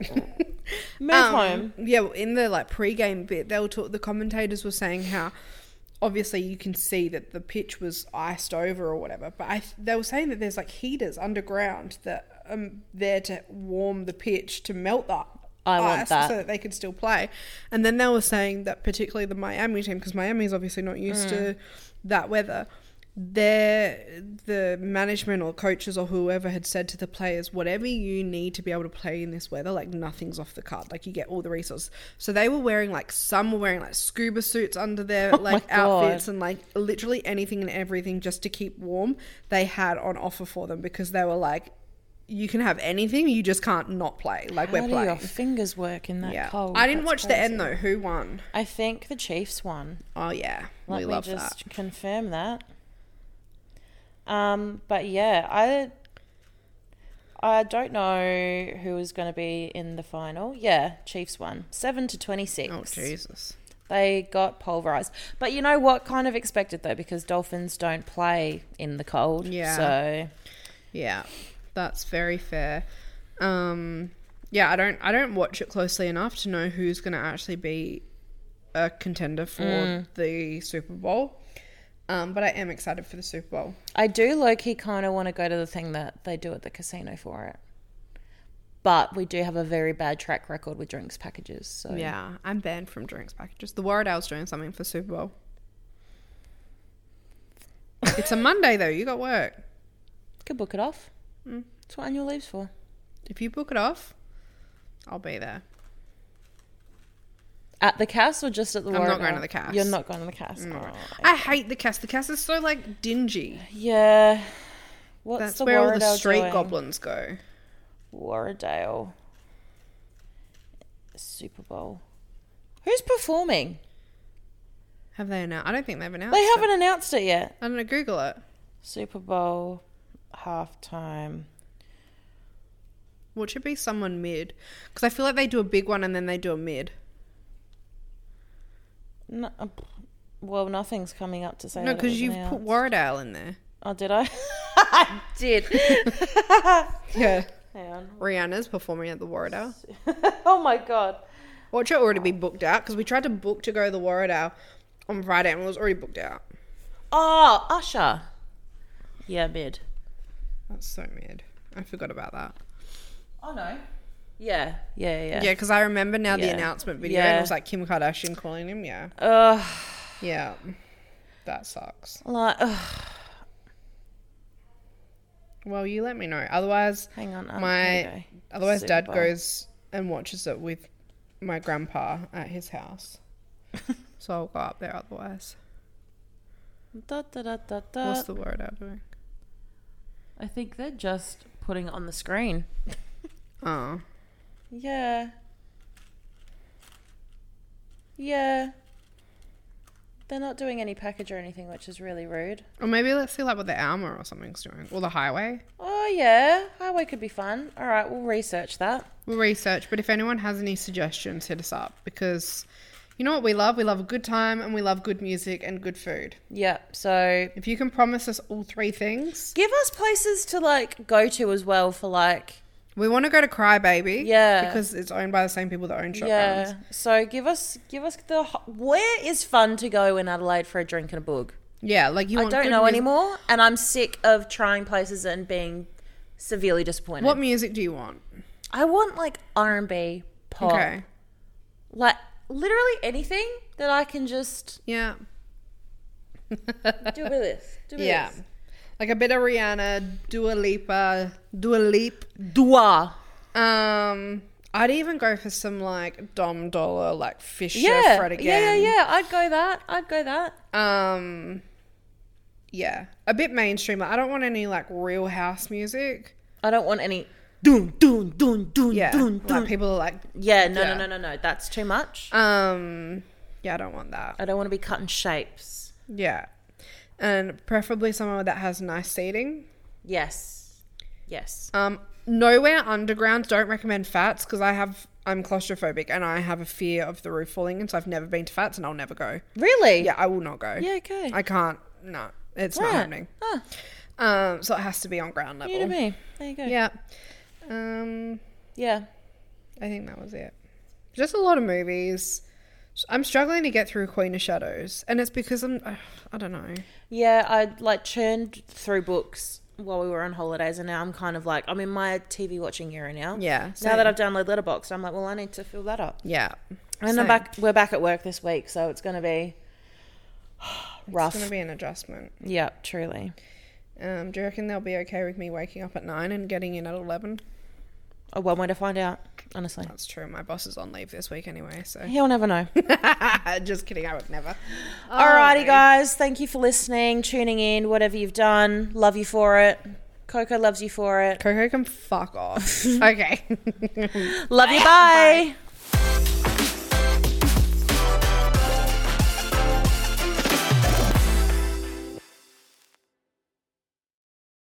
Speaker 2: Move
Speaker 1: Um,
Speaker 2: home.
Speaker 1: Yeah, well, in the like pre-game bit, they were talk- the commentators were saying how obviously you can see that the pitch was iced over or whatever, but I th- they were saying that there's like heaters underground that are there to warm the pitch to melt that.
Speaker 2: I want
Speaker 1: ice
Speaker 2: that.
Speaker 1: so that they could still play. And
Speaker 2: Mm.
Speaker 1: then they were saying that particularly the Miami team because Miami is obviously not used to that weather. their the management or coaches or whoever had said to the players whatever you need to be able to play in this weather like nothing's off the card like you get all the resources so they were wearing like some were wearing like scuba suits under their
Speaker 2: Oh my
Speaker 1: like
Speaker 2: God.
Speaker 1: outfits and like literally anything and everything just to keep warm they had on offer for them because they were like you can have anything you just can't not play like
Speaker 2: How
Speaker 1: we're
Speaker 2: do your
Speaker 1: playing
Speaker 2: fingers work in that
Speaker 1: yeah
Speaker 2: cold?
Speaker 1: i didn't
Speaker 2: That's
Speaker 1: watch the
Speaker 2: crazy.
Speaker 1: end though who won
Speaker 2: I think the Chiefs won.
Speaker 1: oh yeah
Speaker 2: Let
Speaker 1: we
Speaker 2: me
Speaker 1: love that
Speaker 2: just confirm that. Um, but yeah, I I don't know who is going to be in the final. Yeah, Chiefs won seven to twenty six.
Speaker 1: oh jesus
Speaker 2: They got pulverized. But you know what? Kind of expected though, because Dolphins don't play in the cold.
Speaker 1: Yeah.
Speaker 2: So
Speaker 1: Yeah, that's very fair. Um, yeah, I don't I don't watch it closely enough to know who's going to actually be a contender for
Speaker 2: Mm.
Speaker 1: the Super Bowl. Um, but I am excited for the Super Bowl.
Speaker 2: I do low key kind of want to go to the thing that they do at the casino for it. But we do have a very bad track record with drinks packages. So
Speaker 1: Yeah, I'm banned from drinks packages. The Warrior Dale's doing something for Super Bowl. it's a Monday though. You got work.
Speaker 2: could book it off.
Speaker 1: Mm.
Speaker 2: That's what annual leave's for.
Speaker 1: If you book it off, I'll be there.
Speaker 2: At the cast or just at the
Speaker 1: I'm not
Speaker 2: Warren
Speaker 1: going
Speaker 2: Hour?
Speaker 1: to the cast.
Speaker 2: You're not going to the cast. Oh.
Speaker 1: I hate the cast. The cast is so like dingy.
Speaker 2: Yeah. What's
Speaker 1: That's
Speaker 2: the
Speaker 1: where all the
Speaker 2: Warredale
Speaker 1: street
Speaker 2: doing?
Speaker 1: goblins go.
Speaker 2: Warredale. Super Bowl. Who's performing?
Speaker 1: Have they announced? I don't think they've announced.
Speaker 2: They
Speaker 1: it.
Speaker 2: haven't announced it yet.
Speaker 1: I'm gonna Google it.
Speaker 2: Super Bowl halftime.
Speaker 1: What should be someone mid? Because I feel like they do a big one and then they do a mid.
Speaker 2: No, uh, well, nothing's coming up to say.
Speaker 1: No,
Speaker 2: that it
Speaker 1: because
Speaker 2: was
Speaker 1: you've put
Speaker 2: announced.
Speaker 1: Warredale in there.
Speaker 2: Oh, did I? I did.
Speaker 1: Yeah.
Speaker 2: Hang on.
Speaker 1: Rihanna's performing at the Warredale.
Speaker 2: oh my god.
Speaker 1: Watch it already be booked out because we tried to book to go to the Warredale on Friday and it was already booked out.
Speaker 2: Oh, Usher. Yeah, mid.
Speaker 1: That's so mid. I forgot about that.
Speaker 2: Oh no. Yeah, yeah, yeah.
Speaker 1: Yeah, because I remember now the
Speaker 2: Yeah.
Speaker 1: announcement video and
Speaker 2: Yeah.
Speaker 1: it was like Kim Kardashian calling him. Yeah.
Speaker 2: Ugh,
Speaker 1: Yeah. That sucks.
Speaker 2: like, ugh.
Speaker 1: Well, you let me know. Otherwise,
Speaker 2: hang on. um, here we
Speaker 1: my
Speaker 2: go.
Speaker 1: otherwise
Speaker 2: Super
Speaker 1: dad
Speaker 2: Bowl.
Speaker 1: goes and watches it with my grandpa at his house so i'll go up there otherwise
Speaker 2: Da, da, da, da, da.
Speaker 1: what's the word out doing
Speaker 2: I think they're just putting it on the screen.
Speaker 1: oh
Speaker 2: Yeah. Yeah. They're not doing any package or anything, which is really rude.
Speaker 1: or maybe let's see like what the alma or something's doing or the highway
Speaker 2: Oh yeah, highway could be fun. All right, we'll research that.
Speaker 1: we'll research but if anyone has any suggestions hit us up because you know what we love we love a good time and we love good music and good food
Speaker 2: Yeah. So
Speaker 1: if you can promise us all three things
Speaker 2: give us places to like go to as well for like
Speaker 1: we want to go to crybaby
Speaker 2: Yeah.
Speaker 1: because it's owned by the same people that own shotguns
Speaker 2: yeah. So give us give us the ho- where is fun to go in Adelaide for a drink and a boog.
Speaker 1: yeah like you
Speaker 2: I
Speaker 1: want
Speaker 2: don't
Speaker 1: good
Speaker 2: know
Speaker 1: mus-
Speaker 2: anymore, and I'm sick of trying places and being severely disappointed.
Speaker 1: what music do you want
Speaker 2: I want like R and B pop,
Speaker 1: okay
Speaker 2: like literally anything that I can just
Speaker 1: yeah
Speaker 2: do with this. Do with
Speaker 1: Yeah.
Speaker 2: this.
Speaker 1: Like a bit of Rihanna, Dua Lipa, Dua Leap.
Speaker 2: Dua.
Speaker 1: Um, I'd even go for some like Dom Dollar, like Fisher,
Speaker 2: Yeah.
Speaker 1: Fred
Speaker 2: Yeah, yeah,
Speaker 1: again.
Speaker 2: yeah. I'd go that. I'd go that.
Speaker 1: yeah. Um, yeah, a bit mainstream. Like, I don't want any like real house music.
Speaker 2: I don't want any doon doon doon doon
Speaker 1: Yeah,
Speaker 2: doon
Speaker 1: like
Speaker 2: doon.
Speaker 1: people are like,
Speaker 2: Yeah, no,
Speaker 1: Yeah.
Speaker 2: no, no, no, no. That's too much.
Speaker 1: um, yeah, I don't want that.
Speaker 2: I don't want to be cutting shapes.
Speaker 1: Yeah, and preferably somewhere that has nice seating.
Speaker 2: Yes, yes.
Speaker 1: Um, nowhere underground. Don't recommend Fats because I have I'm claustrophobic and I have a fear of the roof falling in. So I've never been to Fats and I'll never go.
Speaker 2: Really?
Speaker 1: Um, Yeah, I will not go.
Speaker 2: Yeah. Okay.
Speaker 1: I can't. No, it's
Speaker 2: Right.
Speaker 1: not happening.
Speaker 2: Huh.
Speaker 1: Um, so it has to be on ground
Speaker 2: You to
Speaker 1: level.
Speaker 2: me. There you go.
Speaker 1: Yeah. Um,
Speaker 2: Yeah.
Speaker 1: I think that was it. Just a lot of movies. I'm struggling to get through Queen of Shadows, and it's because I'm. ugh, I don't know.
Speaker 2: Yeah, I like churned through books while we were on holidays, and now I'm kind of like I'm in my TV watching era now.
Speaker 1: Yeah.
Speaker 2: Now that I've downloaded Letterboxd, I'm like, well, I need to fill that up.
Speaker 1: Yeah.
Speaker 2: And I'm
Speaker 1: Same.
Speaker 2: back. We're back at work this week, so it's going to be Rough.
Speaker 1: It's gonna be an adjustment.
Speaker 2: Yep, truly.
Speaker 1: Um, do you reckon they'll be okay with me waking up at nine and getting in at eleven?
Speaker 2: Oh, one way to find out, honestly.
Speaker 1: That's true. My boss is on leave this week anyway, so
Speaker 2: He'll never know.
Speaker 1: just kidding. I would never.
Speaker 2: Alrighty, guys. Thank you for listening, tuning in, whatever you've done. Love you for it. Coco loves you for it.
Speaker 1: Coco can fuck off. okay.
Speaker 2: Love you. Bye.